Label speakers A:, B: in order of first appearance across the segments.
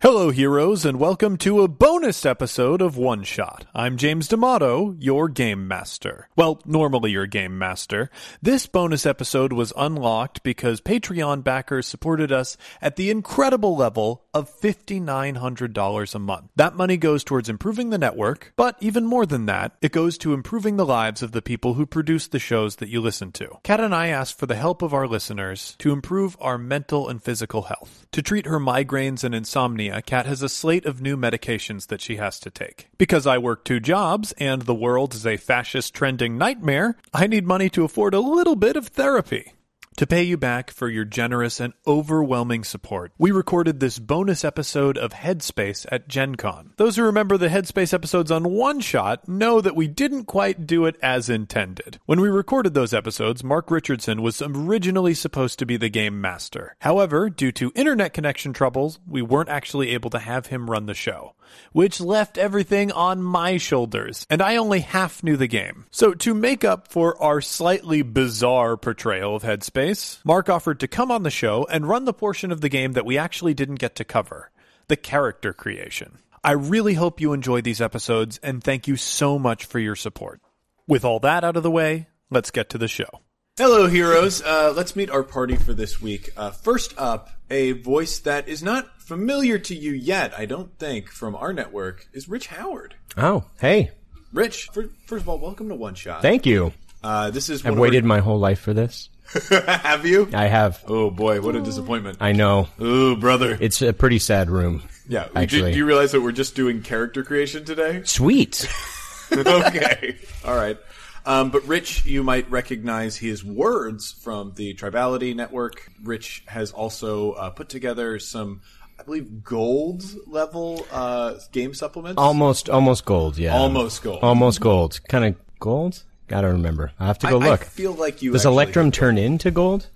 A: Hello, heroes, and welcome to a bonus episode of One Shot. I'm James D'Amato, your game master. Well, normally your game master. This bonus episode was unlocked because Patreon backers supported us at the incredible level of $5,900 a month. That money goes towards improving the network, but even more than that, it goes to improving the lives of the people who produce the shows that you listen to. Kat and I asked for the help of our listeners to improve our mental and physical health. To treat her migraines and insomnia, Kat has a slate of new medications that she has to take. Because I work two jobs and the world is a fascist trending nightmare, I need money to afford a little bit of therapy. To pay you back for your generous and overwhelming support, we recorded this bonus episode of Headspace at Gen Con. Those who remember the Headspace episodes on One Shot know that we didn't quite do it as intended. When we recorded those episodes, Mark Richardson was originally supposed to be the game master. However, due to internet connection troubles, we weren't actually able to have him run the show, which left everything on my shoulders, and I only half knew the game. So, to make up for our slightly bizarre portrayal of Headspace, Mark offered to come on the show and run the portion of the game that we actually didn't get to cover the character creation. I really hope you enjoy these episodes, and thank you so much for your support. With all that out of the way, let's get to the show.
B: Hello, heroes. Uh, let's meet our party for this week. Uh, first up, a voice that is not familiar to you yet, I don't think, from our network is Rich Howard.
C: Oh, hey.
B: Rich, fir- first of all, welcome to One Shot.
C: Thank you.
B: Uh, this is
C: I've waited my whole life for this.
B: have you?
C: I have.
B: Oh boy, what a disappointment.
C: I know.
B: Ooh, brother.
C: It's a pretty sad room.
B: Yeah. do-
C: actually-
B: do you realize that we're just doing character creation today?
C: Sweet.
B: okay. All right. Um, but Rich, you might recognize his words from the Tribality Network. Rich has also uh, put together some, I believe, gold level uh, game supplements.
C: almost, almost gold, yeah.
B: Almost gold.
C: Almost gold. Kind of gold? Gotta remember. I'll have to
B: I-
C: go
B: I,
C: look.
B: feel like you.
C: Does
B: actually-
C: Electrum turn into gold?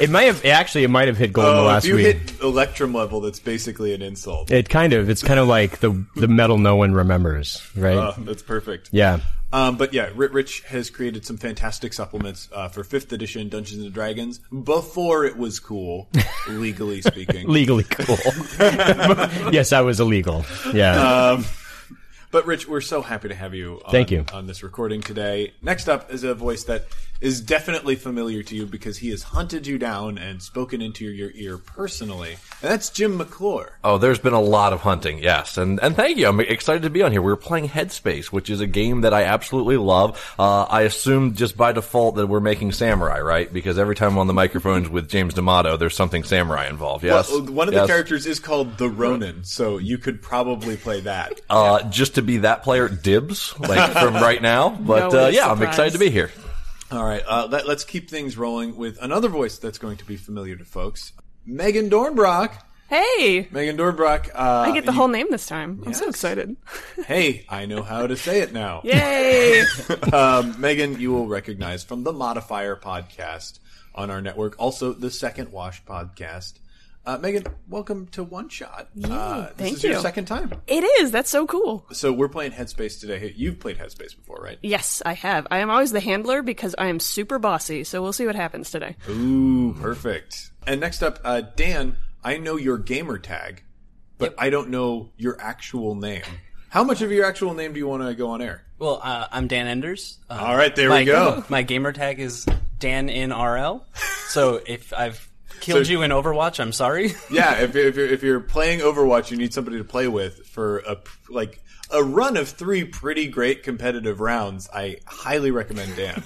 C: it might have, actually, it might have hit gold in the
B: Oh,
C: last
B: if you
C: week.
B: hit Electrum level, that's basically an insult.
C: it kind of, it's kind of like the, the metal no one remembers, right?
B: Uh, that's perfect.
C: yeah.
B: Um, but yeah, Ri- Rich has created some fantastic supplements uh, for fifth edition Dungeons and Dragons before it was cool, legally speaking.
C: Legally cool. yes, I was illegal.
B: Uh,
C: Yeah.
B: Um, But Rich, we're so happy to have you. On,
C: Thank you.
B: on this recording today. Next up is a voice that is definitely familiar to you because he has hunted you down and spoken into your ear personally, and that's Jim McClure.
D: Oh, there's been a lot of hunting, yes, and and thank you. I'm excited to be on here. We're playing Headspace, which is a game that I absolutely love. Uh, I assume just by default that we're making samurai, right? Because every time I'm on the microphones with James D'Amato, there's something samurai involved. Yes,
B: Well, Uh, one of the
D: Yes.
B: characters is called the Ronin, so you could probably play that.
D: Uh, just to be that player, dibs, like from right now. But
E: No
D: uh, yeah, I'm
E: surprise.
D: excited to be here.
B: All right, uh, let, let's keep things rolling with another voice that's going to be familiar to folks, Megan Dornbrock.
E: Hey!
B: Megan Dornbrock. Uh,
E: I get the
B: you-
E: whole name this time. I'm so
B: Yes.
E: excited.
B: Hey, I know how to say it now.
E: Yay!
B: um, Megan, you will recognize from the Modifier podcast on our network, also the Second Wash podcast. Uh, Megan, welcome to One Shot. uh, this
E: thank
B: is your
E: you.
B: second time.
E: it is. That's so cool.
B: So we're playing Headspace today. Hey, You've played Headspace before, right?
E: Yes, I have. I am always the handler because I am super bossy, so we'll see what happens today.
B: Ooh, perfect. And next up, uh, Dan, I know your gamer tag, but I don't know your actual name. How much of your actual name do you want to go on air?
F: Well, uh, I'm Dan Enders. Uh,
B: All right, there we
F: my,
B: go.
F: My gamer tag is Dan in RL. So if I've killed
B: So-
F: you in Overwatch, I'm sorry.
B: yeah, if, if you're if you're playing Overwatch, you need somebody to play with for a p- like a run of three pretty great competitive rounds. I highly recommend Dan.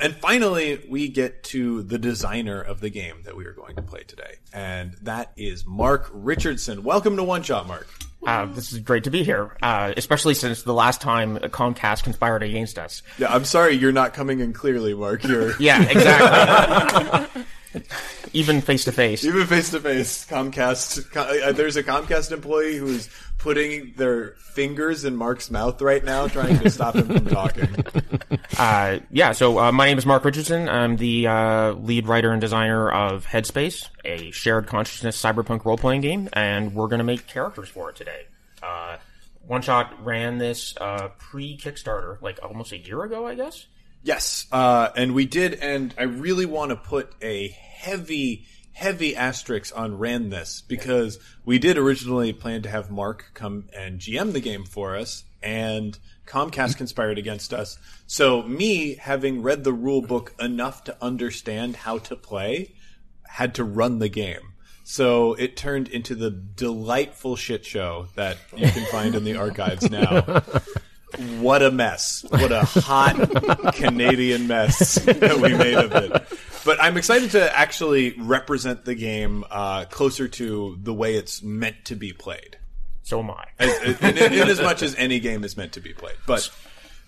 B: and finally, we get to the designer of the game that we are going to play today, and that is Mark Richardson. Welcome to One Shot, Mark.
G: Uh, this is great to be here, uh, especially since the last time Comcast conspired against us.
B: Yeah, I'm sorry you're not coming in clearly, Mark. You're
G: Yeah, exactly. Even face to face.
B: even face to face. Comcast. Com- uh, there's a Comcast employee who's putting their fingers in Mark's mouth right now, trying to stop him from talking.
G: Uh, yeah, so uh, my name is Mark Richardson. I'm the uh, lead writer and designer of Headspace, a shared consciousness cyberpunk role playing game, and we're going to make characters for it today. Uh, One Shot ran this uh, pre Kickstarter, like almost a year ago, I guess.
B: Yes, uh, and we did, and I really want to put a heavy, heavy asterisks on ran this because we did originally plan to have Mark come and GM the game for us, and Comcast conspired against us. So me, having read the rule book enough to understand how to play, had to run the game. So it turned into the delightful shit show that you can find in the archives now. What a mess. What a hot Canadian mess that we made of it. But I'm excited to actually represent the game uh, closer to the way it's meant to be played.
G: So am I.
B: As- in, in- in as much as any game is meant to be played. But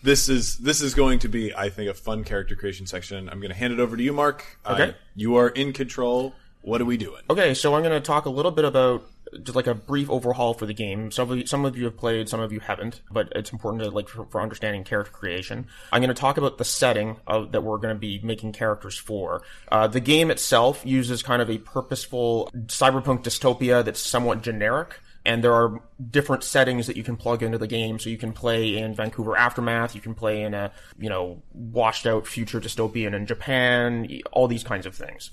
B: this is this is going to be, I think, a fun character creation section. I'm going to hand it over to you, Mark.
G: Okay. Oh.
B: you are in control. What are we doing?
G: Okay, so I'm going to talk a little bit about just like a brief overhaul for the game. Some of you, some of you have played, some of you haven't, but it's important to like for, for understanding character creation. I'm going to talk about the setting of, that we're going to be making characters for. Uh, the game itself uses kind of a purposeful cyberpunk dystopia that's somewhat generic and there are different settings that you can plug into the game. So you can play in Vancouver aftermath, you can play in a you know washed out future dystopian in Japan, all these kinds of things.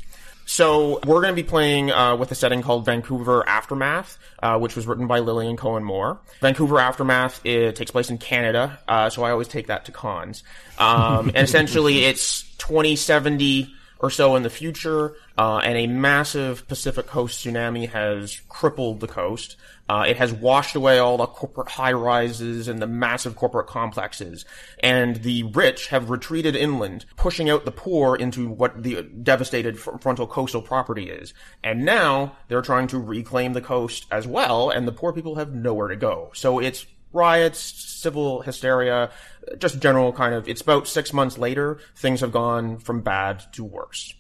G: So we're going to be playing uh, with a setting called Vancouver Aftermath, uh, which was written by Lillian Cohen Moore. Vancouver Aftermath it takes place in Canada, uh, so I always take that to cons. Um, and essentially, it's 2070 or so in the future, uh, and a massive Pacific Coast tsunami has crippled the coast. Uh, it has washed away all the corporate high rises and the massive corporate complexes, and the rich have retreated inland, pushing out the poor into what the devastated fr- frontal coastal property is. And now they're trying to reclaim the coast as well, and the poor people have nowhere to go. So it's riots, civil hysteria, just general kind of, it's about six months later, things have gone from bad to worse.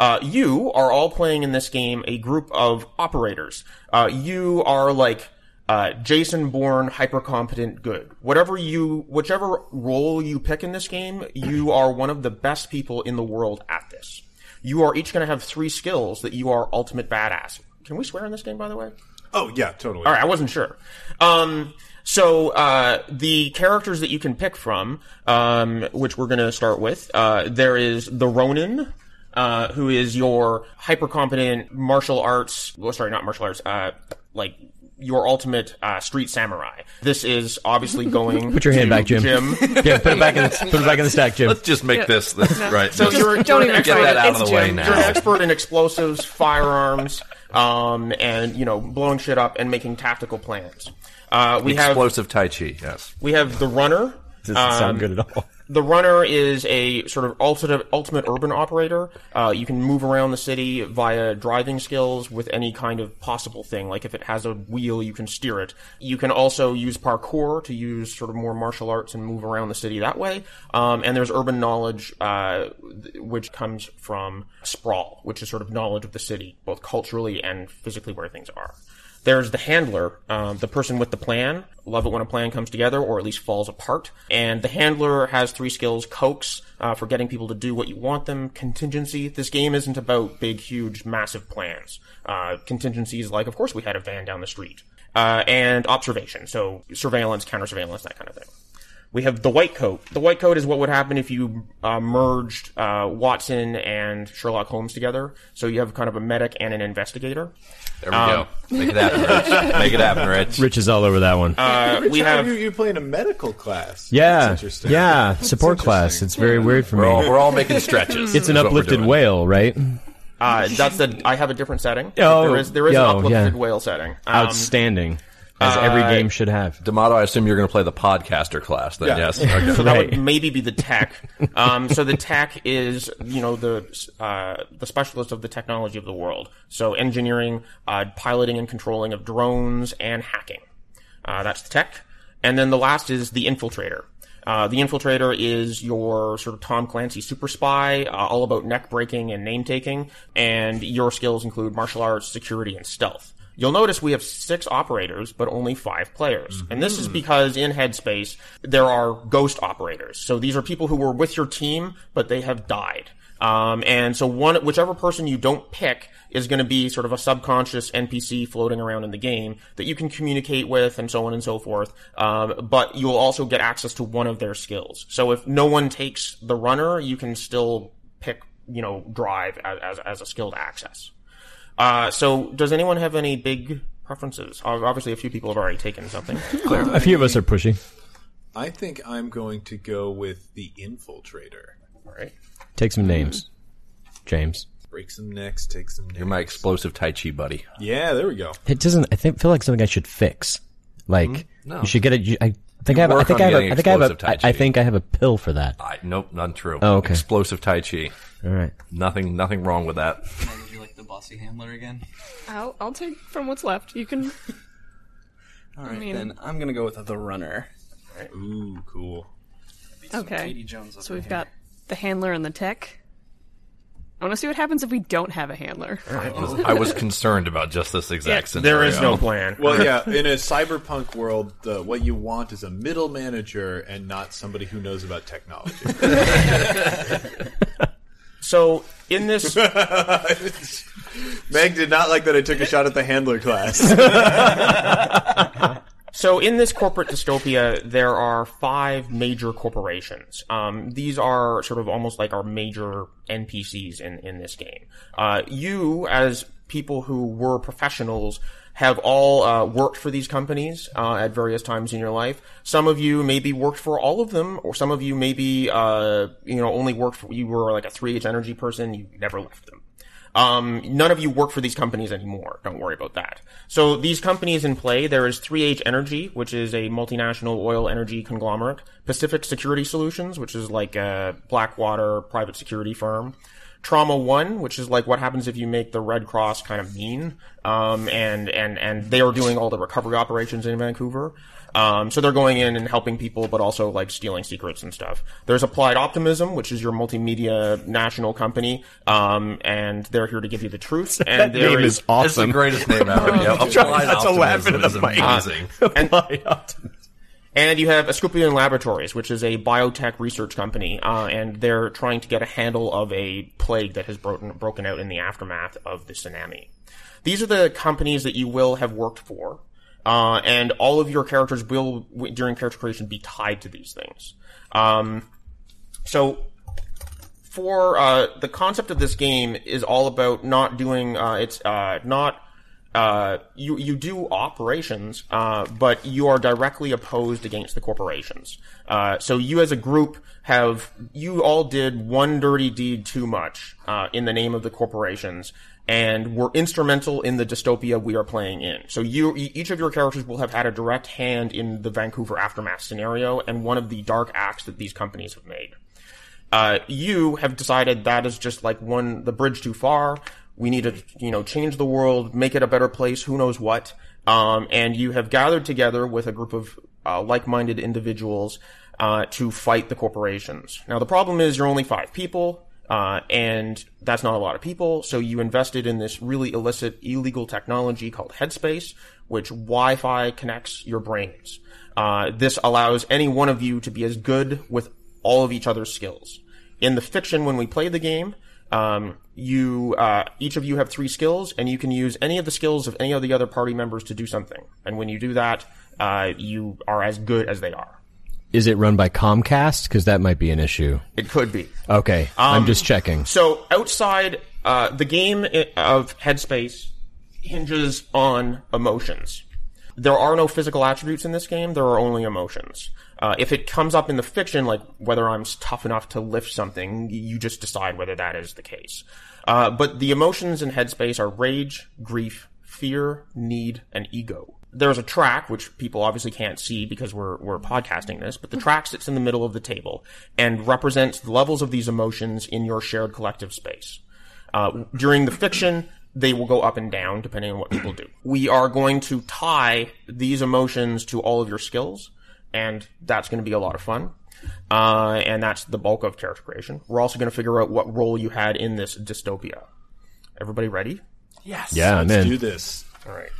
G: Uh, you are all playing in this game a group of operators. Uh, you are like, uh, Jason Bourne, hyper competent, good. Whatever you, whichever role you pick in this game, you are one of the best people in the world at this. You are each going to have three skills that you are ultimate badass. Can we swear in this game, by the way?
B: Oh yeah, totally.
G: All right, I wasn't sure. Um, so uh, the characters that you can pick from, um, which we're going to start with, uh, there is the Ronin. Uh, who is your hyper competent martial arts? Well, sorry, not martial arts. Uh, like your ultimate uh, street samurai. This is obviously going.
C: Put your hand
G: to
C: back, Jim.
G: Jim.
C: yeah, put it back in the put it back in the stack, Jim.
D: Let's just make this, this right.
G: So
D: Just
G: you're-
D: get
E: Don't even
G: Get
E: try
D: that
E: it.
D: out
E: it's
D: of the way
E: Jim.
G: You're an
D: now.
G: expert in explosives, firearms, um, and you know blowing shit up and making tactical plans. Uh, we have
D: Explosive Tai Chi. Yes.
G: We have the runner.
C: Doesn't
H: Um,
C: sound good at all.
G: The runner is a sort of ultimate, ultimate urban operator. Uh, you can move around the city via driving skills with any kind of possible thing. Like if it has a wheel, you can steer it. You can also use parkour to use sort of more martial arts and move around the city that way. Um, and there's urban knowledge, uh, th- which comes from sprawl, which is sort of knowledge of the city, both culturally and physically where things are. There's the handler, um, the person with the plan. Love it when a plan comes together, or at least falls apart. And the handler has three skills: coax uh, for getting people to do what you want them. Contingency. This game isn't about big, huge, massive plans. Uh, contingencies like, of course, we had a van down the street. Uh, and observation. So surveillance, counter surveillance, that kind of thing. We have the white coat. The white coat is what would happen if you uh, merged uh, Watson and Sherlock Holmes together. So you have kind of a medic and an investigator.
D: There we go. Make it happen, Rich. Make it happen, Rich.
C: Rich is all over that one.
G: Uh, we
B: How
G: have
B: you, you play in a medical class.
C: yeah,
B: That's interesting.
C: yeah. Support class.
B: interesting.
C: It's very weird for
D: We're all,
C: me.
D: we're all making stretches.
C: It's an
D: is what we're
C: uplifted
D: doing.
C: whale, right?
D: Um,
G: Uh, that's the. I have a different setting.
C: Oh,
G: there is there is
C: yo,
G: an uplifted
C: yeah.
G: whale setting. Um,
C: Outstanding, as every
D: uh,
C: game should have.
D: D'Amato, I assume you're going to play the podcaster class then.
B: Yeah.
D: Yes. Okay.
G: so that
C: Right.
G: would maybe be the tech. Um, so the tech is you know the uh, the specialist of the technology of the world. So engineering, uh, piloting, and controlling of drones and hacking. Uh, that's the tech. And then the last is the infiltrator. Uh, the infiltrator is your sort of Tom Clancy super spy, uh, all about neck breaking and name taking, and your skills include martial arts, security, and stealth. You'll notice we have six operators, but only five players. And this is because in Headspace, there are ghost operators. So these are people who were with your team, but they have died. Um, and so one, whichever person you don't pick is going to be sort of a subconscious NPC floating around in the game that you can communicate with and so on and so forth. Um, but you'll also get access to one of their skills. So if no one takes the runner, you can still pick, you know, drive as, as, as a skill to access. Uh, so does anyone have any big preferences? Ob- Obviously, a few people have already taken something.
H: A few of us are pushy.
B: I think I'm going to go with the infiltrator.
G: All right.
H: Take some names, James.
B: Break some necks, take some.
D: You're
B: Necks.
D: my explosive Tai Chi buddy.
B: Yeah, there we go.
H: It doesn't. I think feel like something I should fix. Like
D: Hmm? no.
H: you should get it. you- I think I have. I
D: work
H: think
D: on
H: I have.
D: getting
H: A, I think I have.
D: explosive
H: A, I,
D: Tai
H: I
D: Chi.
H: think I have a pill for that.
D: I, nope, untrue.
H: Oh, okay.
D: Explosive Tai Chi.
H: All right.
D: Nothing, nothing wrong with that.
F: Would you like the bossy handler again?
E: I'll, I'll take from what's left. You can.
F: All right,
E: mean-
F: then I'm gonna go with the runner.
B: Ooh, cool.
F: Katie
E: Okay.
F: Jones.
E: So we've got the handler and the tech. I want to see what happens if we don't have a handler.
D: I was concerned about just this exact scenario.
G: There is no plan.
B: Well, yeah, in a cyberpunk world, the, what you want is a middle manager and not somebody who knows about technology.
G: So in this,
B: Meg did not like that I took a shot at the handler class.
G: so in this corporate dystopia, there are five major corporations. Um, these are sort of almost like our major NPCs in in this game. Uh, you as people who were professionals have all uh, worked for these companies uh, at various times in your life. Some of you maybe worked for all of them, or some of you maybe uh, you know only worked. For, you were like a three H energy person. You never left them. Um, none of you work for these companies anymore. Don't worry about that. So these companies in play, there is 3H Energy, which is a multinational oil energy conglomerate, Pacific Security Solutions, which is like a Blackwater private security firm, Trauma One, which is like what happens if you make the Red Cross kind of mean, um, and, and, and they are doing all the recovery operations in Vancouver. Um, so they're going in and helping people, but also like stealing secrets and stuff. There's Applied Optimism, which is your multimedia national company, um, and they're here to give you the truth. And there
H: Name is
D: It's the
H: awesome.
D: greatest name ever. yeah, applied
H: That's a laugh
D: optimism
H: into the
D: is
H: mic.
D: amazing.
G: And you have Asclepian Laboratories, which is a biotech research company, uh, and they're trying to get a handle of a plague that has broken, broken out in the aftermath of the tsunami. These are the companies that you will have worked for, uh, and all of your characters will, w- during character creation, be tied to these things. Um, so for uh, the concept of this game is all about not doing uh, it's uh, not uh, you you do operations, uh, but you are directly opposed against the corporations. Uh, so you as a group have you all did one dirty deed too much uh, in the name of the corporations, and were instrumental in the dystopia we are playing in. So you e- each of your characters will have had a direct hand in the Vancouver aftermath scenario and one of the dark acts that these companies have made uh, you have decided that is just like one the bridge too far. We need to you know change the world, make it a better place. Who knows what? Um, and you have gathered together with a group of uh, like-minded individuals uh, to fight the corporations. Now the problem is you're only five people. Uh, and that's not a lot of people. So you invested in this really illicit, illegal technology called Headspace, which Wi-Fi connects your brains. Uh, this allows any one of you to be as good with all of each other's skills. In the fiction, when we play the game, um, you uh, each of you have three skills, and you can use any of the skills of any of the other party members to do something. And when you do that, uh, you are as good as they are.
H: Is it run by Comcast? Because that might be an issue.
G: It could be.
H: Okay,
D: Um,
H: I'm just checking.
G: So outside uh, the game i- of Headspace hinges on emotions. There are no physical attributes in this game. There are only emotions. Uh, if it comes up in the fiction, like whether I'm s- tough enough to lift something, y- you just decide whether that is the case. Uh, but the emotions in Headspace are rage, grief, fear, need, and ego. There's a track, which people obviously can't see because we're, we're podcasting this, but the track sits in the middle of the table and represents the levels of these emotions in your shared collective space. Uh, during the fiction, they will go up and down depending on what people do. We are going to tie these emotions to all of your skills, and that's going to be a lot of fun. Uh, and that's the bulk of character creation. We're also going to figure out what role you had in this dystopia. Everybody ready?
H: Yeah, I'm
B: Do
H: in.
B: this.
G: All right.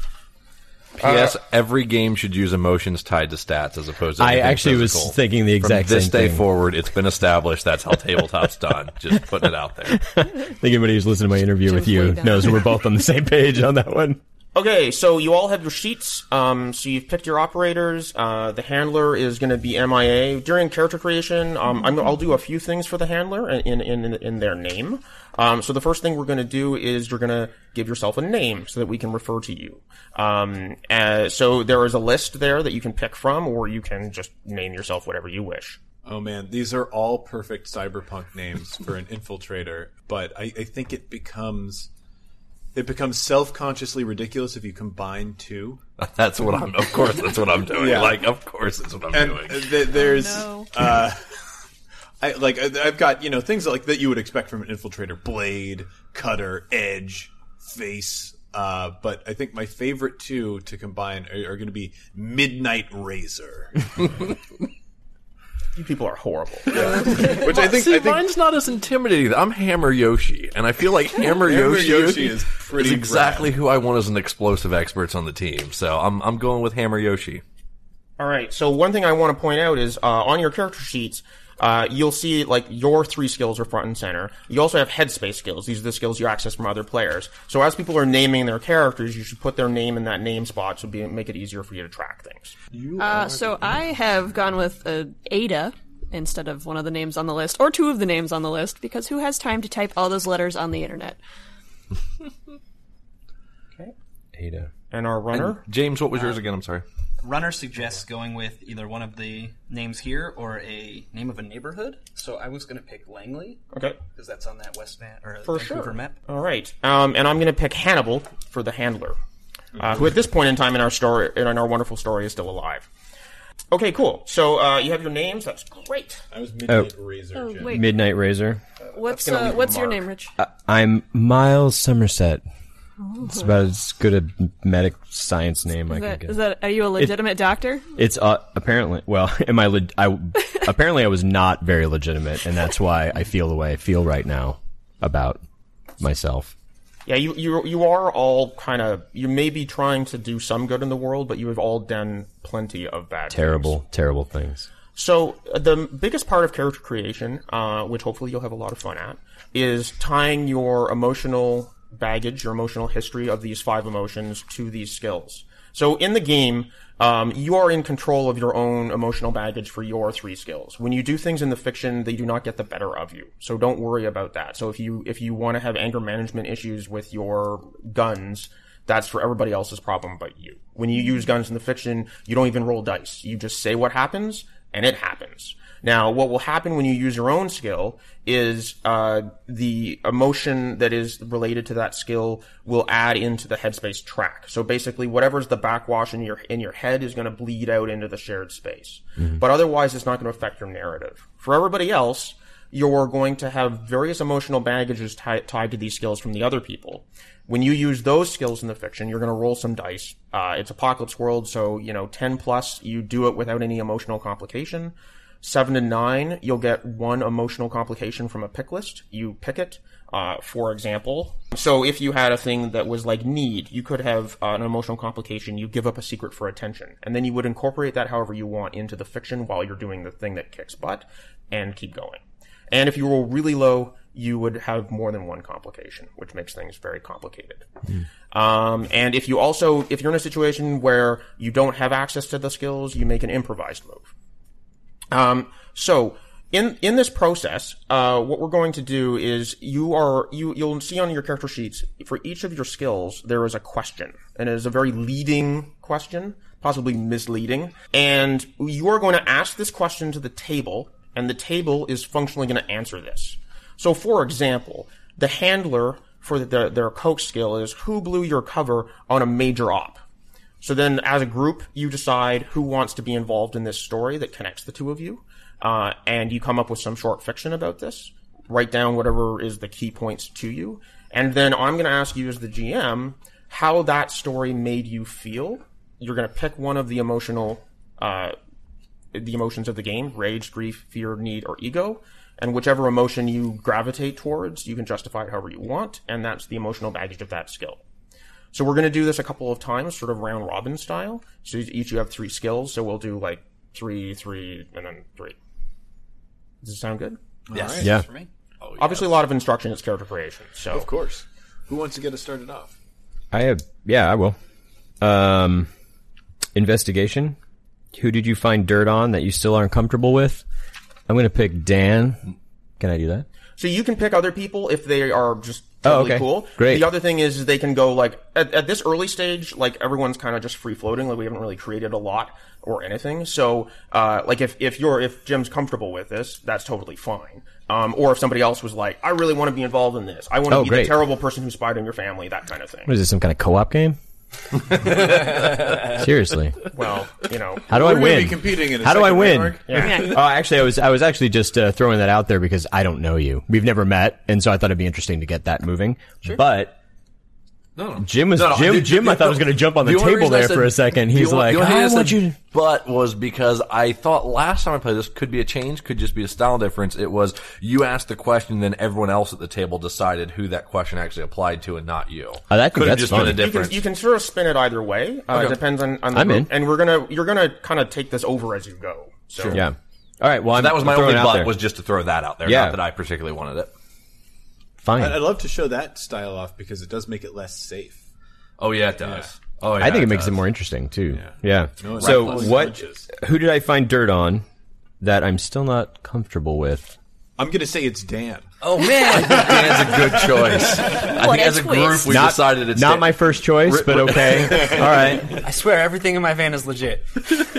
D: P.S. Every game should use emotions tied to stats as opposed to.
H: I
D: anything
H: actually was
D: physical.
H: thinking the exact
D: From this
H: same
D: day
H: thing.
D: forward, it's been established that's how tabletop's done. Just putting it out there.
H: I think anybody who's listened to my interview with
E: Jim's way
H: you
E: down.
H: knows we're both on the same page on that one.
G: Okay, so you all have your sheets. Um, so you've picked your operators. Uh, the handler is going to be MIA during character creation. Um, I'm, I'll do a few things for the handler in in in, in their name. Um, so the first thing we're going to do is you're going to give yourself a name so that we can refer to you. Um, uh, so there is a list there that you can pick from, or you can just name yourself whatever you wish.
B: Oh man, these are all perfect cyberpunk names for an infiltrator, but I, I think it becomes it becomes self consciously ridiculous if you combine two.
D: That's what I'm. Of course, that's what I'm doing.
B: Yeah.
D: Like, of course, that's what I'm
B: And
D: doing.
B: th- there's
E: Oh, no.
B: uh, I like I- I've got you know things like that you would expect from an infiltrator: blade, cutter, edge, face. Uh, but I think my favorite two to combine are, are going to be Midnight Razor,
G: You people are horrible.
B: which I think
D: See,
B: I think
D: mine's not as intimidating. I'm Hammer Yoshi, and I feel like
B: Hammer
D: Hammer, Yoshi,
B: Yoshi is pretty
D: is exactly who I want as an explosive experts on the team. So I'm I'm going with Hammer Yoshi.
G: All right. So one thing I want to point out is uh, on your character sheets, uh, you'll see like your three skills are front and center. You also have headspace skills. These are the skills you access from other players. So as people are naming their characters, you should put their name in that name spot to be, make it easier for you to track things.
E: Uh, so I have gone with uh, Ada instead of one of the names on the list, or two of the names on the list, because who has time to type all those letters on the internet?
H: Ada.
G: And our runner,
D: James,
B: Uh,
D: what was yours again? I'm sorry.
F: Runner suggests going with either one of the names here or a name of a neighborhood. So I was going to pick Langley
G: okay,
F: because that's on that West Van or
G: for
F: Vancouver
G: sure.
F: map.
G: All right. Um, and I'm going to pick Hannibal for the handler, uh, who at this point in time in our story, in our wonderful story, is still alive. Okay, cool. So uh, you have your names. That's great.
B: I was Midnight
H: Oh.
B: Razor. Jim.
E: Oh, Wait,
H: Midnight Razor.
E: what's
G: gonna
E: uh,
G: leave a
E: what's your
G: mark.
E: name, Rich?
H: I'm Miles Somerset. It's about as good a medic science name I
E: Is
H: can
E: that,
H: get.
E: is that are you a legitimate doctor?
H: It's uh, apparently well. Am I? leg I apparently I was not very legitimate, and that's why I feel the way I feel right now about myself.
G: Yeah, you, you you are all kind of you may be trying to do some good in the world, but you have all done plenty of bad.
H: Terrible, terrible things.
G: So uh, the biggest part of character creation, uh, which hopefully you'll have a lot of fun at, is tying your emotional baggage, your emotional history of these five emotions to these skills. So in the game, um, you are in control of your own emotional baggage for your three skills. When you do things in the fiction, they do not get the better of you. So don't worry about that. So if you if you want to have anger management issues with your guns, that's for everybody else's problem but you. When you use guns in the fiction, you don't even roll dice. You just say what happens, and it happens. Now, what will happen when you use your own skill is uh, the emotion that is related to that skill will add into the headspace track. So basically, whatever's the backwash in your in your head is going to bleed out into the shared space. But otherwise, it's not going to affect your narrative. For everybody else, you're going to have various emotional baggages ti- tied to these skills from the other people. When you use those skills in the fiction, you're going to roll some dice. Uh, it's apocalypse world, so you know ten plus. You do it without any emotional complication. Seven to nine, you'll get one emotional complication from a pick list. You pick it. Uh, for example, so if you had a thing that was like need, you could have uh, an emotional complication. You give up a secret for attention, and then you would incorporate that however you want into the fiction while you're doing the thing that kicks butt, and keep going. And if you roll really low, you would have more than one complication, which makes things very complicated. Um, and if you also, if you're in a situation where you don't have access to the skills, you make an improvised move. Um, so in in this process, uh, what we're going to do is you are you you'll see on your character sheets for each of your skills there is a question, and it is a very leading question, possibly misleading, and you are going to ask this question to the table, and the table is functionally going to answer this. So, for example, the handler for the, their coach skill is who blew your cover on a major op. So then, as a group, you decide who wants to be involved in this story that connects the two of you, uh, and you come up with some short fiction about this. Write down whatever is the key points to you, and then I'm going to ask you as the GM how that story made you feel. You're going to pick one of the emotional, uh, the emotions of the game: rage, grief, fear, need, or ego. And whichever emotion you gravitate towards, you can justify it however you want, and that's the emotional baggage of that skill. So we're going to do this a couple of times, sort of round robin style. So each you have three skills. So we'll do like three, three, and then three. Does it sound good?
D: Yes.
H: Yeah.
F: For me,
G: Obviously, a lot of instruction is character creation. So
B: Of course. Who wants to get us started off?
H: I have. Yeah, I will. Um, investigation. Who did you find dirt on that you still aren't comfortable with? I'm gonna pick Dan. Can I do that?
G: So you can pick other people if they are just totally
H: Oh, okay.
G: cool.
H: Great.
G: The other thing is, is they can go like at, at this early stage, like everyone's kind of just free floating. Like we haven't really created a lot or anything. So uh, like if if you're if Jim's comfortable with this, that's totally fine. Um, or if somebody else was like, I really want to be involved in this. I want to
H: Oh,
G: be
H: great.
G: the terrible person who spied on your family, that kind of
H: What
G: thing.
H: is this? Some kind of co-op game? Seriously,
G: Well, you know,
H: how do
B: We're
H: I
B: gonna
H: win?
B: be competing in a
H: how do I
B: second,
H: win?
B: Mark.
E: Yeah.
H: Oh, actually, I was I was actually just uh, throwing that out there because I don't know you. We've never met, and so I thought it'd be interesting to get that moving. But
D: No, no.
H: Jim was
D: No, no,
H: Jim.
D: dude,
H: Jim, I
D: dude,
H: thought
D: no.
H: was going to jump on the,
D: The only
H: table
D: reason I
H: there
D: said-
H: for a second.
D: the
H: He's
D: only-
H: like,
D: the only
H: I
D: reason I
H: want
D: said
H: you. to...
D: But was because I thought last time I played this could be a change, could just be a style difference. It was you asked the question, then everyone else at the table decided who that question actually applied to, and not you.
H: Oh, that-
D: could have
H: that's
D: just
H: fun.
D: been a
G: you can
D: difference.
G: you can sort of spin it either way. Uh,
D: Okay.
G: Depends on on the
H: I'm
G: group.
H: in.
G: and we're gonna you're gonna kind of take this over as you go. So
H: Yeah. All right. Well, I'm,
D: that was my
H: I'm throwing
D: only
H: it out
D: butt
H: there.
D: was just to throw that out there.
H: Yeah.
D: Not that I particularly wanted it.
H: fine.
B: I'd love to show that style off because it does make it less safe.
D: Oh yeah, it does. Oh yeah,
H: I think it makes
D: does.
H: it more interesting too. Yeah.
D: Yeah.
H: so
B: Rifles and
H: what?
B: punches.
H: Who did I find dirt on that I'm still not comfortable with?
B: I'm going to say it's Dan.
D: Oh man, I think Dan's a good choice. I
E: What
D: think
E: a
D: as a group
E: twist.
D: we decided it's
H: not
D: Dan.
H: my first choice, but okay. All right.
F: I swear, everything in my van is legit.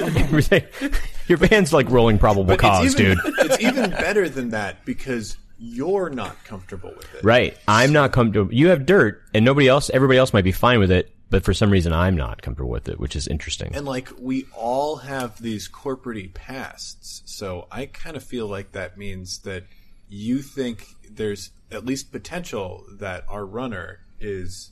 H: Your band's like rolling probable cause,
B: it's even,
H: dude.
B: It's even better than that because you're not comfortable with it.
H: Right. I'm not comfortable. You have dirt, and nobody else. Everybody else might be fine with it, but for some reason, I'm not comfortable with it, which is interesting.
B: And like we all have these corporate pasts, so I kind of feel like that means that you think there's at least potential that our runner is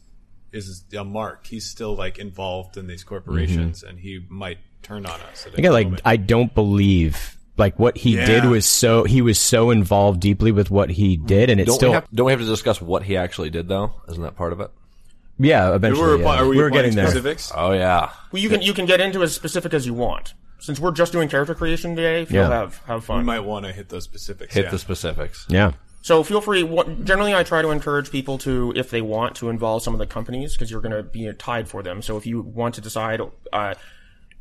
B: is a mark. He's still like involved in these corporations, and he might turn on us. At
H: Mm-hmm. I think I, like I don't believe like what he did was so he was so involved deeply with what he did, and it's
D: Don't
H: still
D: we have don't we have to discuss what he actually did though? Isn't that part of it?
H: yeah. Eventually,
B: we're,
H: yeah.
B: are we
H: we're
B: applying
H: getting there.
B: specifics?
D: Oh yeah.
G: Well, you can you can get into as specific as you want. Since we're just doing character creation today, feel
H: Yeah.
G: have have
B: We
G: fun.
B: might want to hit those specifics.
D: Hit
B: yeah.
D: the specifics.
H: Yeah.
G: so feel free. What, generally, I try to encourage people to, if they want, to involve some of the companies because you're going to be tied for them. So if you want to decide, uh,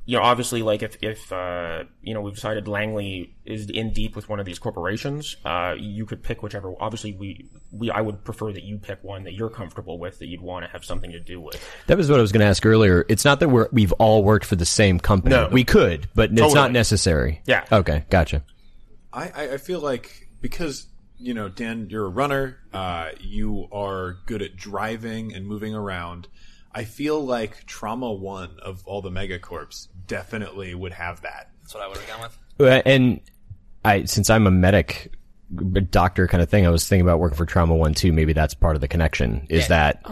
G: you know, obviously, like if if uh, you know we've decided Langley is in deep with one of these corporations, uh, you could pick whichever. Obviously, we we I would prefer that you pick one that you're comfortable with that you'd want to have something to do with.
H: That was what I was going to ask earlier. It's not that we're we've all worked for the same company.
G: No.
H: We could, but it's not
G: Totally.
H: necessary.
G: Yeah.
H: Okay. Gotcha.
B: I, I, I feel like because you know Dan, you're a runner. Uh, you are good at driving and moving around. I feel like Trauma One of all the megacorps definitely would have that.
F: That's what I would have gone with.
H: Uh, And I, since I'm a medic, b- doctor kind of thing, I was thinking about working for Trauma One too. Maybe that's part of the connection. Is that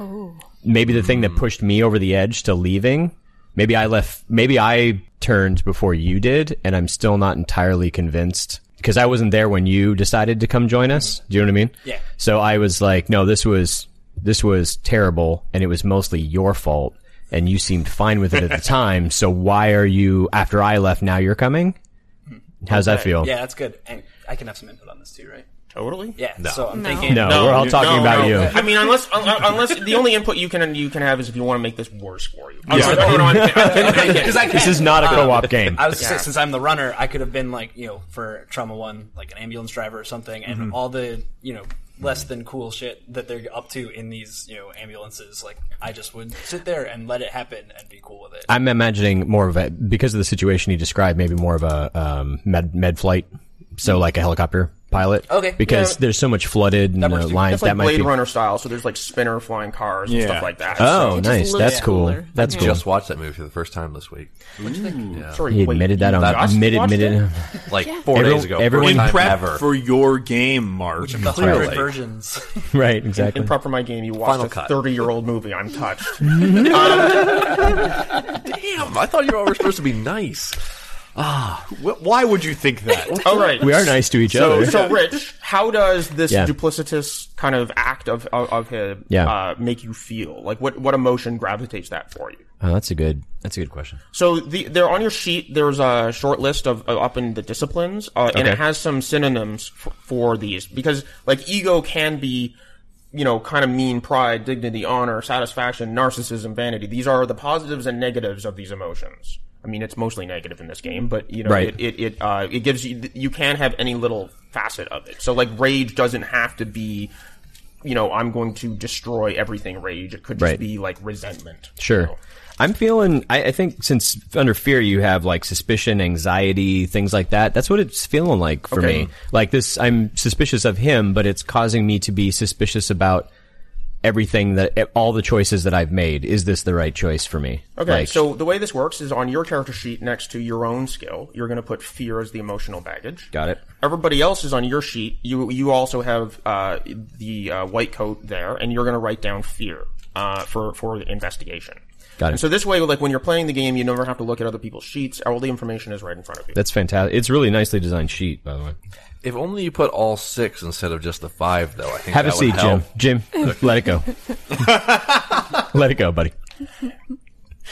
H: maybe the thing that pushed me over the edge to leaving? Maybe I left. Maybe I turned before you did, and I'm still not entirely convinced because I wasn't there when you decided to come join us. Do you know what I mean? Yeah. So I was like, no, this was this was terrible, and it was mostly your fault. And you seemed fine with it at the time, so why are you after I left? Now you're coming. How's that feel?
F: Yeah, that's good. And I can have some input on this too, right?
G: Totally.
F: Yeah. So I'm thinking.
H: No, we're all talking
G: No,
H: about
G: no.
H: you.
G: I mean, unless un- un- unless the only input you can you can have is if you want to make this worse for you. I'm sorry, no, no, I'm- I'm- I'm-
F: Because I
H: This
F: can.
H: is not
G: um,
H: a co-op game.
F: I was just saying, since I'm the runner, I could have been like, you know, for trauma one, like an ambulance driver or something, and all the, you know, less than cool shit that they're up to in these, you know, ambulances. Like, I just would sit there and let it happen and be cool with it.
H: I'm imagining more of a because of the situation he described, maybe more of a um, med med flight, so like a helicopter pilot.
F: Okay.
H: because there's so much flooded and uh, lines
G: It's like
H: that might
G: Blade
H: be.
G: Runner style, so there's like spinner flying cars and stuff like that.
H: Oh,
E: just
H: nice.
E: looks
H: That's cool.
E: cooler.
H: That's cool.
D: Just watched that movie for the first time this week.
G: So- sorry,
H: he
G: wait,
H: admitted that
G: you
H: on
G: just
H: mid
G: watched
H: admitted.
G: it?
D: Like four
H: Everyone-
D: days ago.
H: everyone-
D: first
H: In
D: time
B: Prep
D: ever.
B: for your game, Mark.
F: the
H: Clearly.
F: hundred versions.
H: right, exactly.
G: In prep for my game, you watched
D: Final
G: a
D: cut.
G: 30 year old movie. I'm touched.
D: Damn, I thought you were supposed to be nice. Ah,
B: Wh- Why would you think that?
G: All right.
H: we are nice to each
G: So,
H: other.
G: so Rich, how does this
H: Yeah.
G: duplicitous kind of act of of, of him
H: Yeah.
G: uh, make you feel? Like, what what emotion gravitates that for you?
H: Oh, that's a good. That's a good question.
G: So the, there on your sheet, there's a short list of uh, up in the disciplines, uh, and it has some synonyms f- for these because like ego can be you know, kind of mean pride, dignity, honor, satisfaction, narcissism, vanity. These are the positives and negatives of these emotions. I mean, it's mostly negative in this game, but you know,
H: Right.
G: it it it, uh, it gives you you can have any little facet of it. So like rage doesn't have to be, you know, I'm going to destroy everything. Rage. It could just
H: Right.
G: be like resentment.
H: Sure. I'm feeling. I, I think since under fear you have like suspicion, anxiety, things like that. That's what it's feeling like for
G: Okay.
H: me. Like this, I'm suspicious of him, but it's causing me to be suspicious about everything that e, all the choices that I've made. Is this the right choice for me?
G: Okay,
H: Like,
G: so the way this works is on your character sheet next to your own skill, you're going to put fear as the emotional baggage.
H: Got it.
G: Everybody else is on your sheet. You you also have uh, the uh, white coat there, and you're going to write down fear uh, for for the investigation.
H: Got it.
G: And so this way, like when you're playing the game, you never have to look at other people's sheets. All the information is right in front of you.
H: that's fantastic. It's really nicely designed sheet, by the way.
D: If only you put all six instead of just the five, though. I think
H: Have a
D: that would
H: seat,
D: help.
H: Jim. Jim, let it go. let it go, buddy.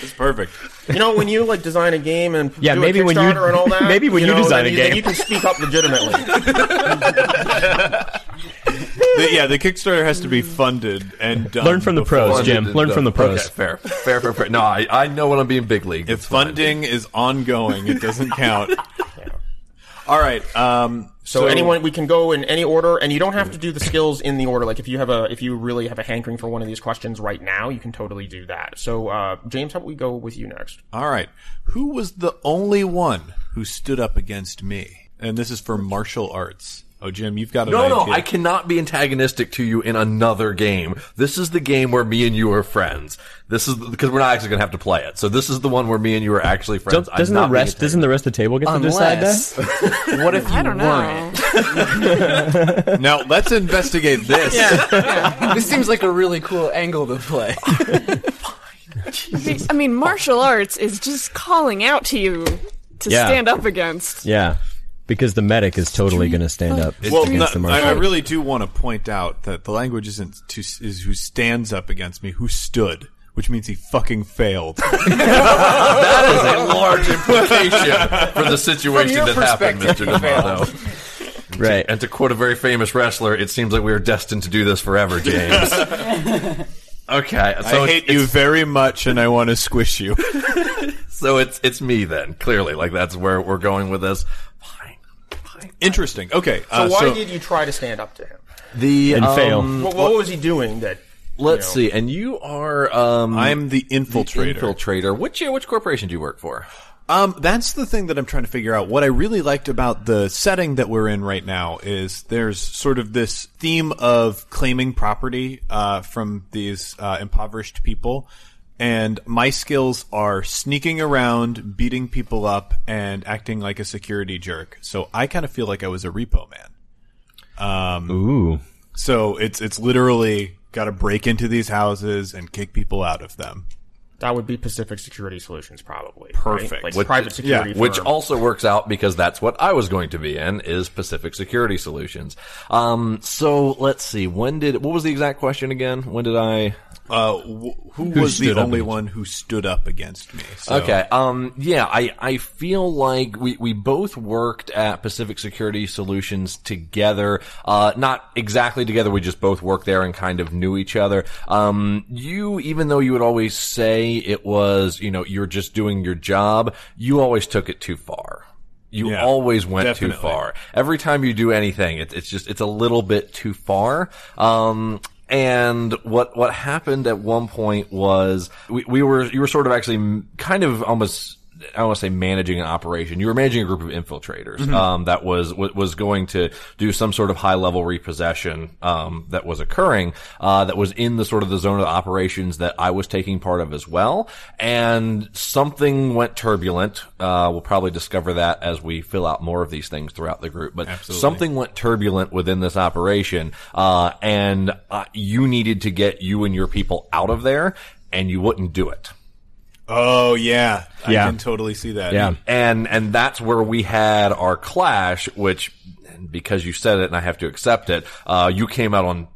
B: It's perfect.
G: you know, when you like design a game and
H: Yeah,
G: do
H: maybe
G: a
H: when you-
G: Kickstarter and all that,
H: maybe when you
G: know,
H: design
G: then
H: a
G: you- then
H: game.
G: you can speak up legitimately.
B: The- yeah, the Kickstarter has to be funded and done
H: Learn from the
B: before-
H: pros, Jim.
D: Funded-
H: Learn from the pros.
D: Okay, fair, fair, fair, fair. No, I, I know when I'm being big league.
B: If funding is ongoing, it doesn't count. All right. Um,
G: So, anyone, we can go in any order, and you don't have to do the skills in the order. Like if you have a, if you really have a hankering for one of these questions right now, you can totally do that. So, uh, James, how about we go with you next?
B: All right. Who was the only one who stood up against me? And this is for martial arts. Oh, Jim, you've got an
D: No, no,
B: idea.
D: I cannot be antagonistic to you in another game. This is the game where me and you are friends. This is because we're not actually going to have to play it. So this is the one where me and you are actually friends.
H: Don't,
D: I'm
H: doesn't
D: not
H: the
D: being
H: rest? Doesn't the rest of the table get to decide that?
F: what if you
E: I don't know.
B: Now let's investigate this.
F: this seems like a really cool angle to play.
E: I mean, martial arts is just calling out to you to
H: Yeah.
E: stand up against.
H: Yeah, because the medic is totally going to stand up
B: Well, no,
H: against the
B: I,
H: marshal.
B: I really do want to point out that the language isn't to, is who stands up against me, who stood, which means he fucking failed.
D: That is a large implication for the situation
F: your
D: that happened, Mr.
F: perspective, you failed.
D: D'Amato.
H: right.
D: And to quote a very famous wrestler, it seems like we are destined to do this forever, James. okay,
B: I
D: so it's-
B: hate you very much, and I want to squish you.
D: So it's it's me then. Clearly, like that's where we're going with this. Fine.
B: Interesting. Okay.
G: So
B: uh,
G: why
B: so-
G: did you try to stand up to him?
D: The
H: And
D: um,
H: fail.
G: What, what was he doing that?
D: Let's
G: you know?
D: see. And you are um
B: I'm the
D: the
B: infiltrator.
D: infiltrator. Which uh, which corporation do you work for?
B: Um, that's the thing that I'm trying to figure out. What I really liked about the setting that we're in right now is there's sort of this theme of claiming property uh, from these uh, impoverished people, and my skills are sneaking around, beating people up, and acting like a security jerk. So I kind of feel like I was a repo man.
H: Ooh.
B: So it's it's literally got to break into these houses and kick people out of them.
G: That would be Pacific Security Solutions, probably.
B: Perfect.
G: Right? Like
B: Which-
G: private security. firm.
D: Which also works out because that's what I was going to be in is Pacific Security Solutions. Um, so let's see. When did what was the exact question again? When did I?
B: Uh, wh- who, was the
H: stood up
B: only
H: against-
B: one who stood up against me? So-
D: Okay. Um. Yeah. I I feel like we we both worked at Pacific Security Solutions together. Uh, not exactly together. We just both worked there and kind of knew each other. Um. You, even though you would always say it was, you know, you're just doing your job. You always took it too far. You
B: Yeah,
D: always went too
B: definitely.
D: far. Every time you do anything, it, it's just it's a little bit too far. Um, and what what happened at one point was we, we were you were sort of actually m- kind of almost. I want to say managing an operation. You were managing a group of infiltrators um, that was wa- was going to do some sort of high level repossession um, that was occurring. Uh, that was in the sort of the zone of operations that I was taking part of as well. And something went turbulent. Uh, we'll probably discover that as we fill out more of these things throughout the group. But something went turbulent within this operation, uh, and uh, you needed to get you and your people out of there, and you wouldn't do it.
B: Oh yeah,
H: Yeah.
B: I can totally see that.
H: Yeah.
D: And and that's where we had our clash, which because you said it and I have to accept it, uh, you came out on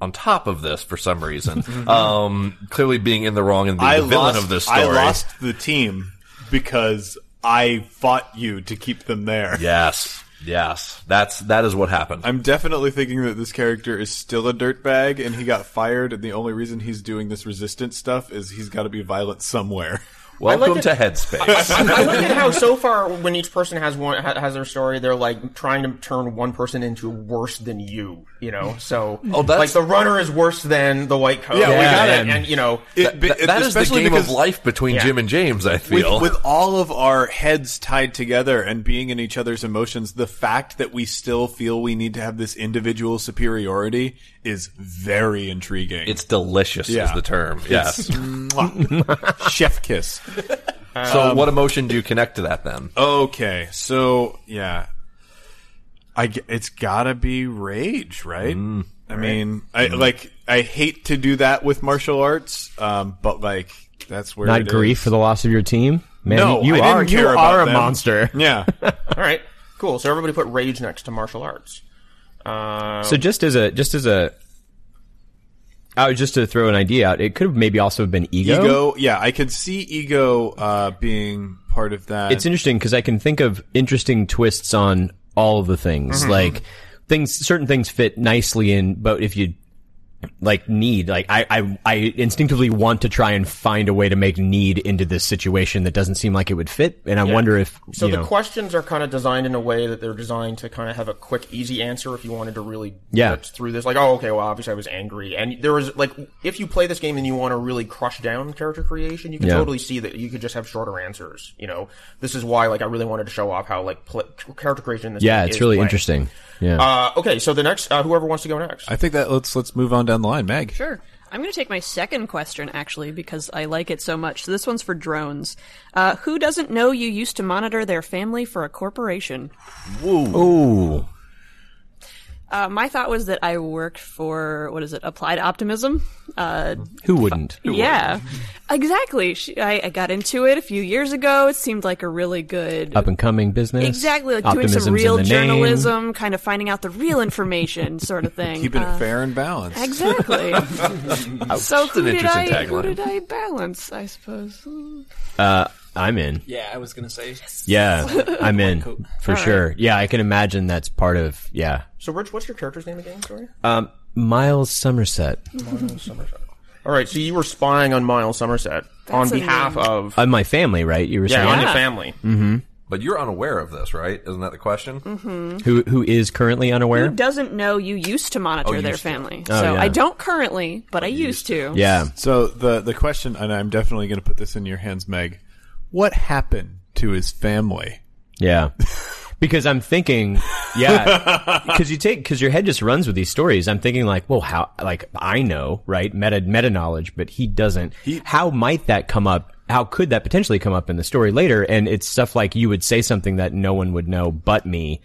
D: on top of this for some reason. um, clearly being in the wrong and being
B: Mm-hmm. I
D: the villain
B: lost,
D: of this story.
B: I lost the team because I fought you to keep them there.
D: Yes. Yes, that's that is what happened.
B: I'm definitely thinking that this character is still a dirtbag and he got fired, and the only reason he's doing this resistance stuff is he's got to be violent somewhere.
D: Welcome to Headspace.
G: I like it how so far when each person has one ha- has their story, they're like trying to turn one person into worse than you. You know, so
D: Oh, that's-
G: like the runner is worse than the white coat.
B: Yeah, we got
G: and,
D: it.
G: And you know,
B: It-
D: Th- that is the
B: especially
D: game of
B: because-
D: life between
G: Yeah.
D: Jim and James. I feel.
B: With, with all of our heads tied together and being in each other's emotions, the fact that we still feel we need to have this individual superiority is very intriguing.
D: it's delicious is
B: Yeah.
D: the term. Yes.
B: Mwah. chef kiss. um,
D: so, what emotion do you connect to that then?
B: Okay, so yeah, I g- it's gotta be rage, right?
H: Mm,
B: I mean, I like I hate to do that with martial arts, um, but like that's where
H: Not
B: it
H: grief
B: is.
H: for the loss of your team. Man,
B: No,
H: you
B: I
H: are
B: didn't care
H: you
B: about
H: are a
B: them.
H: monster.
B: Yeah,
G: all right, cool. So everybody put rage next to martial arts. Uh,
H: So just as a just as a, I was just to throw an idea out. It could have maybe also been ego.
B: ego. Yeah, I could see ego uh, being part of that.
H: It's interesting because I can think of interesting twists on all of the things.
E: Mm-hmm.
H: Like things, certain things fit nicely in, but if you like need, like I, I, I instinctively want to try and find a way to make need into this situation that doesn't seem like it would fit, and I wonder if
G: So
H: you
G: the
H: know,
G: questions are kind of designed in a way that they're designed to kind of have a quick, easy answer if you wanted to really
H: Yeah.
G: get through this. Like, oh, okay, well, obviously I was angry, and there was like, if you play this game and you want to really crush down character creation, you can
H: Yeah.
G: totally see that you could just have shorter answers. You know, this is why like I really wanted to show off how like pl- character creation. In this
H: yeah,
G: game
H: it's
G: is
H: really
G: playing.
H: interesting. Yeah,
G: Uh, okay, so the next, uh, whoever wants to go next.
B: I think that let's let's move on down the line, Meg.
E: Sure. I'm going to take my second question, actually, because I like it so much. So this one's for drones. Uh, who doesn't know you used to monitor their family for a corporation? Ooh. Uh, my thought was that I worked for, what is it, Applied Optimism? Uh,
H: who wouldn't?
E: yeah. Exactly. She, I, I got into it a few years ago. It seemed like a really good
H: Up and coming business,
E: Exactly, like doing
H: Optimism's
E: some
H: in
E: real
H: the name.
E: journalism, kind of finding out the real information, sort of thing.
B: Keeping
E: Uh,
B: it fair and balanced.
E: Exactly. so who did,
D: interesting
E: I, who
D: tagline.
E: did I balance, I suppose? Mm.
H: I'm in.
F: Yeah, I was gonna say.
H: Yeah, I'm in for sure. Yeah, I can imagine that's part of yeah.
G: so, Rich, what's your character's name again? Sorry.
H: Um, Miles Somerset
G: All right, so you were spying on Miles Somerset on
E: a
G: behalf of
H: on my family, right? You were
G: yeah,
H: saying
G: on the family.
D: But you're unaware of this, right? Isn't that the question?
H: who who is currently unaware?
E: Who doesn't know you used to monitor their
D: used to.
E: family? so
H: yeah.
E: I don't currently, but I used to.
H: yeah,
B: So the the question, and I'm definitely going to put this in your hands, Meg. What happened to his family?
H: yeah. Because I'm thinking, yeah, because you take because your head just runs with these stories. I'm thinking like, well, how like I know right meta meta knowledge, but he doesn't. how might that come up? How could that potentially come up in the story later? And it's stuff like you would say something that no one would know but me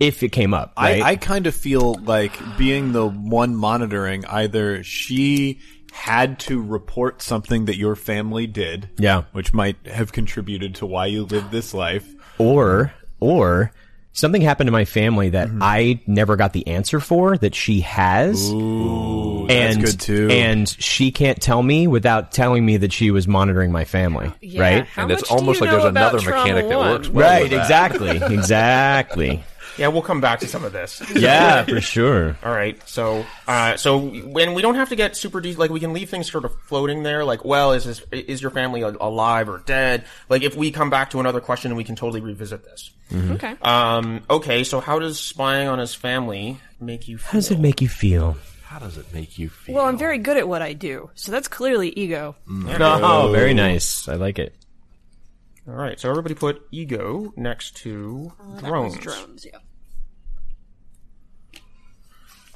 H: if it came up. Right?
B: I, I kind of feel like being the one monitoring, either she had to report something that your family did,
H: Yeah.
B: which might have contributed to why you live this life.
H: or or something happened to my family that
B: Mm-hmm.
H: I never got the answer for that she has. and
B: good too.
H: and she can't tell me without telling me that she was monitoring my family,
E: Yeah,
H: right?
E: How
D: And it's
E: much do
D: almost
E: you
D: like there's
E: know about
D: another
E: Trauma
D: mechanic that
E: One?
D: works well.
H: Right,
D: with that.
H: exactly. Exactly.
G: Yeah, we'll come back to some of this.
H: Yeah, for sure.
G: All right. So, uh, so when we don't have to get super deep, like we can leave things sort of floating there. Like, well, is this, is your family like, alive or dead? Like, if we come back to another question, we can totally revisit this.
E: Okay.
G: Um, okay. So, how does spying on his family make you?
H: How does it make you feel?
D: How does it make you feel?
E: well, I'm very good at what I do, so that's clearly ego.
H: Oh, very nice. I like it.
G: All right. So everybody put ego next to drones.
E: Drones, yeah.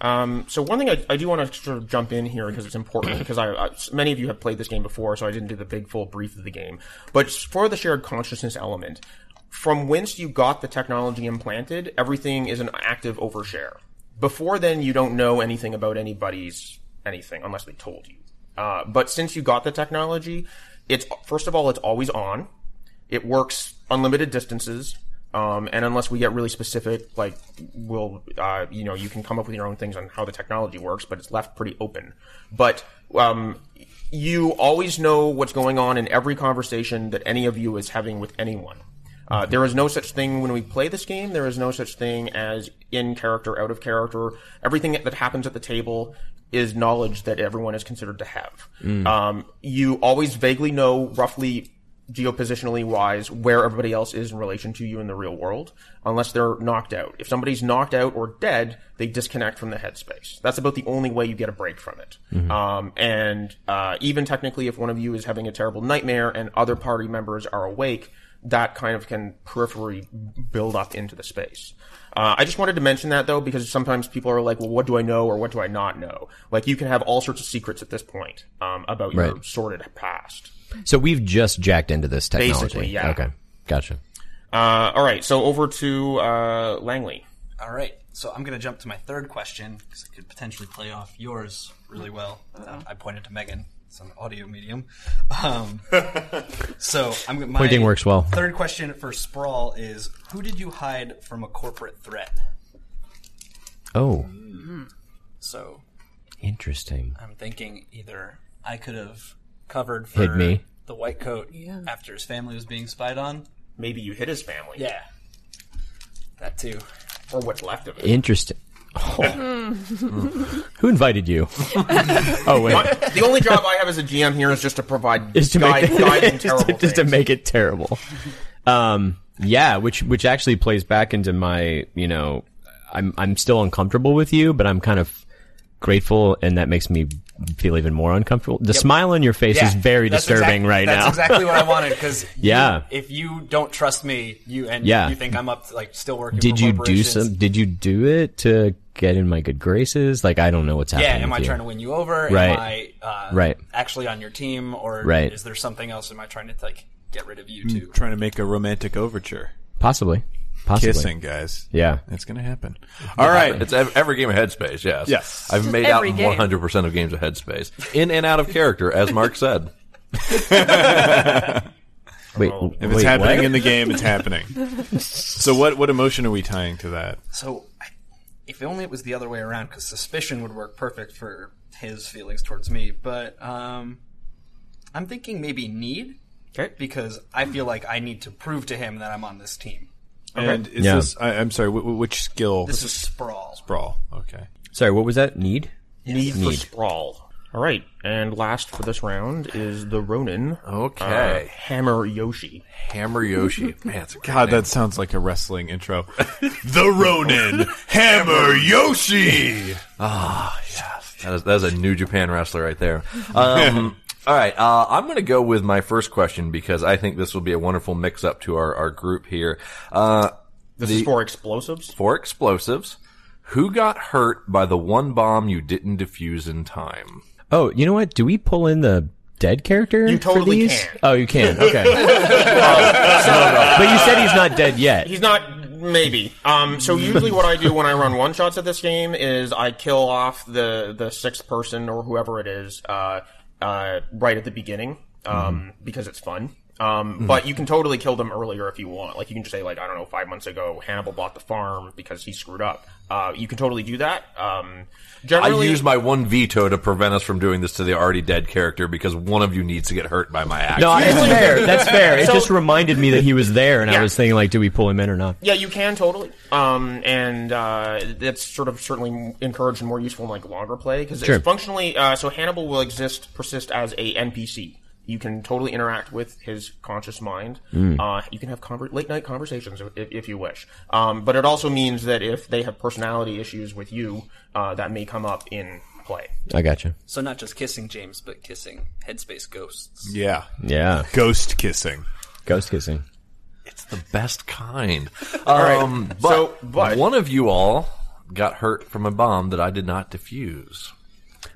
G: Um, so one thing I, I do want to sort of jump in here because it's important because I, I many of you have played this game before, so I didn't do the big full brief of the game. But for the shared consciousness element, from whence you got the technology implanted, everything is an active overshare. Before then, you don't know anything about anybody's anything unless they told you. Uh, but since you got the technology, it's first of all it's always on. It works unlimited distances. Um, and unless we get really specific, like we'll, uh, you know, you can come up with your own things on how the technology works, but it's left pretty open. But um, you always know what's going on in every conversation that any of you is having with anyone. Uh, there is no such thing when we play this game. There is no such thing as in character, out of character. Everything that happens at the table is knowledge that everyone is considered to have. Um, you always vaguely know roughly geopositionally wise where everybody else is in relation to you in the real world, unless they're knocked out. If somebody's knocked out or dead, they disconnect from the headspace. That's about the only way you get a break from it. Um, and uh, even technically, if one of you is having a terrible nightmare and other party members are awake, that kind of can periphery build up into the space. Uh, I just wanted to mention that though, because sometimes people are like, well, what do I know or what do I not know? Like, you can have all sorts of secrets at this point um, about your
H: Right.
G: sordid past.
H: So we've just jacked into this technology.
G: Basically, yeah.
H: Okay, gotcha.
G: Uh, all right, so over to uh, Langley.
F: All right, so I'm going to jump to my third question because it could potentially play off yours really well. Uh, I pointed to Megan. It's an audio medium. Um, so I'm gonna- my
H: Pointing works well.
F: Third question for Sprawl is: Who did you hide from a corporate threat?
H: Oh,
F: So
H: interesting.
F: I'm thinking either I could have covered for
H: Hid me.
F: the white coat after his family was being spied on.
G: Maybe you hit his family.
F: Yeah, that too.
G: Or what's left of it.
H: Interesting. Oh. Who invited you? oh wait,
G: the only job I have as a GM here is just to provide
H: is to
G: guide,
H: make
G: guide and
H: just,
G: terrible
H: to, just to
G: things.
H: make it terrible. Um, yeah, which which actually plays back into my you know, I'm I'm still uncomfortable with you, but I'm kind of grateful, and that makes me feel even more uncomfortable. The smile on your face is very
F: That's
H: disturbing
F: exact-
H: right
F: that's
H: now.
F: exactly what I wanted because
H: Yeah.
F: if you don't trust me, you and
H: Yeah.
F: you think I'm up to, like still working.
H: did
F: for
H: you do
F: corporations,
H: some? Did you do it to get in my good graces? Like I don't know what's
F: Yeah,
H: happening.
F: am
H: with
F: I
H: you.
F: trying to win you over? Am
H: Right.
F: I uh,
H: Right.
F: actually on your team, or
H: Right. Mm.
F: is there something else? Am I trying to like get rid of you too?
B: Trying to make a romantic overture.
H: Possibly. Possibly.
B: Kissing, guys.
H: Yeah.
B: It's going to happen. All right.
D: It's ev- every game of Headspace, yes.
B: Yes.
D: I've made out
E: every game.
D: 100% of games of Headspace. In and out of character, as Mark said.
H: Wait,
B: If it's
H: wait,
B: happening
H: what?
B: in the game, it's happening. so what what emotion are we tying to that?
F: So, I, if only it was the other way around, because suspicion would work perfect for his feelings towards me. But um, I'm thinking maybe need
G: Okay.
F: because I feel like I need to prove to him that I'm on this team.
B: And is
H: Yeah.
B: this? I, I'm sorry. W- w- which skill?
F: This is sprawl.
B: brawl. Okay.
H: Sorry, what was that? Need?
G: Need, for sprawl. All right, and last for this round is the Ronin.
D: Okay.
G: uh, Hammer Yoshi.
D: Hammer Yoshi. Man, it's a
B: God, that sounds like a wrestling intro. the Ronin Hammer Yoshi.
D: Ah, That is, that is a New Japan wrestler right there. Um, all right, uh, I'm going to go with my first question because I think this will be a wonderful mix-up to our, our group here. Uh,
G: This is for explosives.
D: for explosives, who got hurt by the one bomb you didn't defuse in time?
H: Oh, you know what? Do we pull in the dead character?
G: You
H: for
G: totally
H: these?
G: can.
H: Oh, you can. Okay. Oh, so- but you said he's not dead yet.
G: He's not maybe. Um, so usually what I do when I run one shots at this game is I kill off the the sixth person or whoever it is uh, uh, right at the beginning
D: Mm-hmm.
G: um, because it's fun. Um, But you can totally kill them earlier if you want. Like you can just say like I don't know five months ago Hannibal bought the farm because he screwed up. Uh, you can totally do that. Um, generally,
D: I use my one veto to prevent us from doing this to the already dead character because one of you needs to get hurt by my action.
H: No, it's fair. That's fair. It
G: So-
H: just reminded me that he was there, and I was thinking, like, do we pull him in or not?
G: Yeah, you can totally. Um, and uh, that's sort of certainly encouraged and more useful in like longer play because
H: Sure.
G: it's functionally uh, so Hannibal will exist persist as a NPC. You can totally interact with his conscious mind. Uh, you can have conver- late night conversations if, if you wish. Um, but it also means that if they have personality issues with you, uh, that may come up in play.
H: I gotcha.
F: So not just kissing James, but kissing headspace ghosts.
B: Yeah.
H: Yeah.
B: Ghost kissing.
H: Ghost kissing.
D: It's the best kind.
G: right.
D: Um, but,
G: So, but-
D: one of you all got hurt from a bomb that I did not defuse.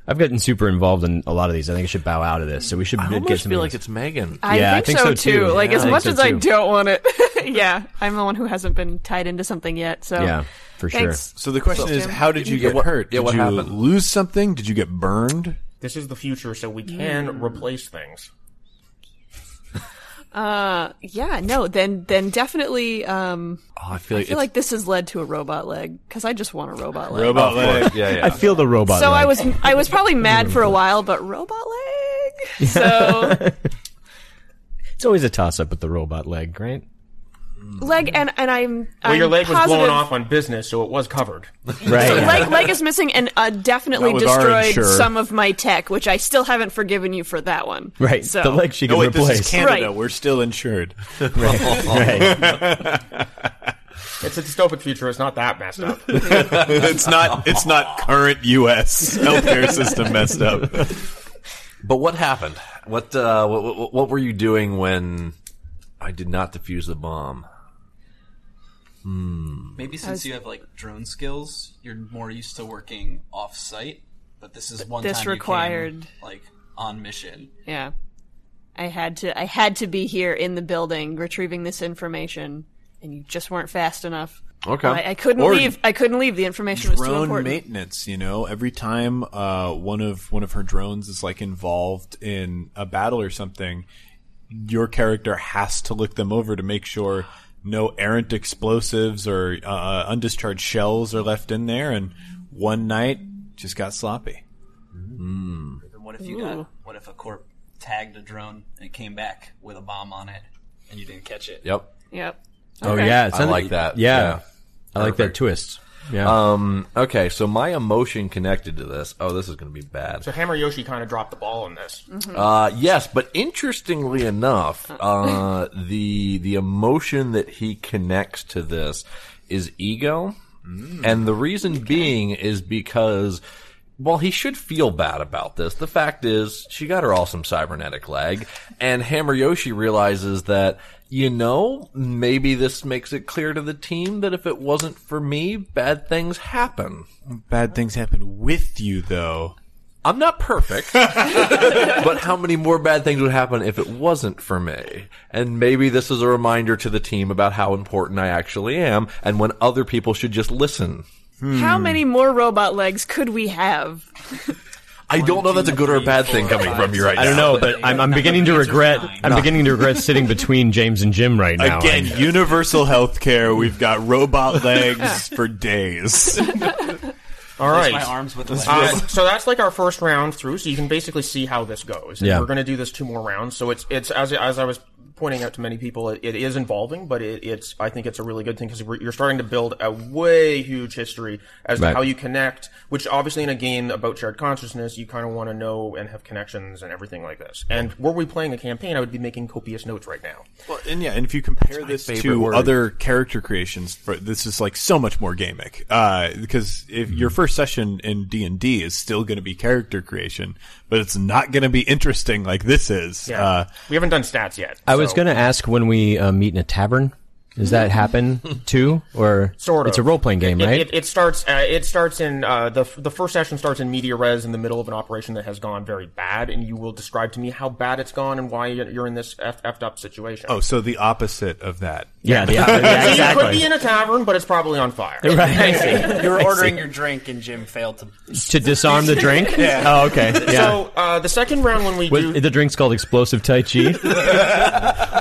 H: I've gotten super involved in a lot of these. I think I should bow out of this. So we should
D: I
H: get
D: almost
H: some.
D: feel like it's Megan.
E: Oh, I
H: Yeah, I think
E: think, so,
H: so,
E: too.
H: too.
E: Like
H: Yeah,
E: as
H: I think
E: much
H: so,
E: as I
H: too.
E: don't want it, yeah, I'm the one who hasn't been tied into something yet. So
H: Yeah, for sure.
E: Thanks.
B: So the question is,
E: Jim.
B: how did you
D: Yeah,
B: get
D: what-
B: hurt?
D: yeah,
B: did
D: what
B: you
D: happened?
B: lose something? Did you get burned?
G: This is the future, so we can
E: Mm.
G: replace things.
E: yeah, no, then then definitely. Um,
D: Oh, I feel like,
E: I feel
D: it's,
E: like this has led to a robot leg because I just want a robot leg.
B: Robot leg.
D: yeah, yeah.
H: I feel the robot.
E: so I
H: leg.
E: was I was probably mad for a while, but robot leg. So
H: It's always a toss up with the robot leg, right?
E: Leg and and I'm.
G: Well,
E: I'm
G: your leg was
E: positive,
G: blown off on business, so it was covered.
H: Right.
E: Leg, leg is missing and uh, definitely
A: Not with our
E: destroyed
A: insurer.
E: some of my tech, which I still haven't forgiven you for that one.
H: Right.
E: So
H: The leg she can
B: No, wait,
H: replace.
B: this is Canada.
E: Right.
B: We're still insured.
H: right.
G: It's a dystopic future. It's not that messed up.
B: it's not. It's not current U.S. healthcare system messed up.
D: But what happened? What, uh, what what what were you doing when I did not defuse the bomb?
F: Maybe since you have like drone skills, you're more used to working off site, but this is one
E: this
F: time you came,
E: required-
F: like on mission.
E: yeah, I had to. I had to be here in the building retrieving this information, and you just weren't fast enough.
D: Okay.
E: I, I couldn't
B: Or
E: leave. I couldn't leave. The information was too
B: drone
E: important.
B: maintenance. You know, every time uh, one of one of her drones is like involved in a battle or something, your character has to look them over to make sure no errant explosives or uh, undischarged shells are left in there. And one night, just got sloppy.
F: And what if you got? What if a corp tagged a drone and it came back with a bomb on it, and you didn't catch it?
D: Yep.
E: Yep.
H: Oh
E: Okay.
H: yeah, it
D: I
H: sounded-
D: like that.
H: Yeah,
D: Yeah.
H: I like that
D: Perfect.
H: twist. Yeah,
D: Um, okay, so my emotion connected to this. Oh, this is going to be bad.
G: so Hammer Yoshi kind of dropped the ball on this.
D: Uh, yes, but interestingly enough, uh, the the emotion that he connects to this is ego, and the reason being is because. Well, he should feel bad about this. The fact is, she got her awesome cybernetic leg, and Hammer Yoshi realizes that, you know, maybe this makes it clear to the team that if it wasn't for me, bad things happen.
B: Bad things happen with you, though.
D: I'm not perfect, but how many more bad things would happen if it wasn't for me? And maybe this is a reminder to the team about how important I actually am and when other people should just listen.
B: Hmm.
E: How many more robot legs could we have?
D: I don't know if that's a good or a bad thing coming from you right now.
H: I don't know, but I'm, I'm beginning to regret. I'm beginning to regret sitting between James and Jim right now.
B: Again, universal healthcare. We've got robot legs for days.
G: All right.
F: My arms with legs.
G: Uh, so that's like our first round through. So you can basically see how this goes. And
H: Yeah.
G: we're going to do this two more rounds. So it's it's as as I was pointing out to many people, it, it is involving, but it, it's I think it's a really good thing because you're starting to build a way huge history as to
H: Right.
G: how you connect. Which obviously in a game about shared consciousness, you kind of want to know and have connections and everything like this. And were we playing a campaign, I would be making copious notes right now.
B: Well, and yeah, and if you compare this
D: favorite
B: to
D: word.
B: other character creations, for, this is like so much more gamic. Uh, because if your
H: Mm-hmm.
B: first session in D and D is still going to be character creation, but it's not going to be interesting like this is.
G: Yeah.
B: Uh,
G: we haven't done stats yet.
H: I was
G: so-
H: going to ask when we uh, meet in a tavern. Does that happen too, or
G: Sort of.
H: It's a role playing game,
G: It-
H: right?
G: It, it, starts. Uh, it starts in uh, the f- the first session starts in media res in the middle of an operation that has gone very bad, and you will describe to me how bad it's gone and why you're you're in this f- effed up situation.
B: oh, so the opposite of that.
H: yeah, the- yeah,
G: So you could
H: exactly.
G: be in a tavern, but it's probably on fire.
F: you were ordering your drink, and Jim failed to.
H: to disarm the drink. Oh, okay. Yeah.
G: So uh, the second round when we
H: What-
G: do
H: the drink's called explosive tai chi.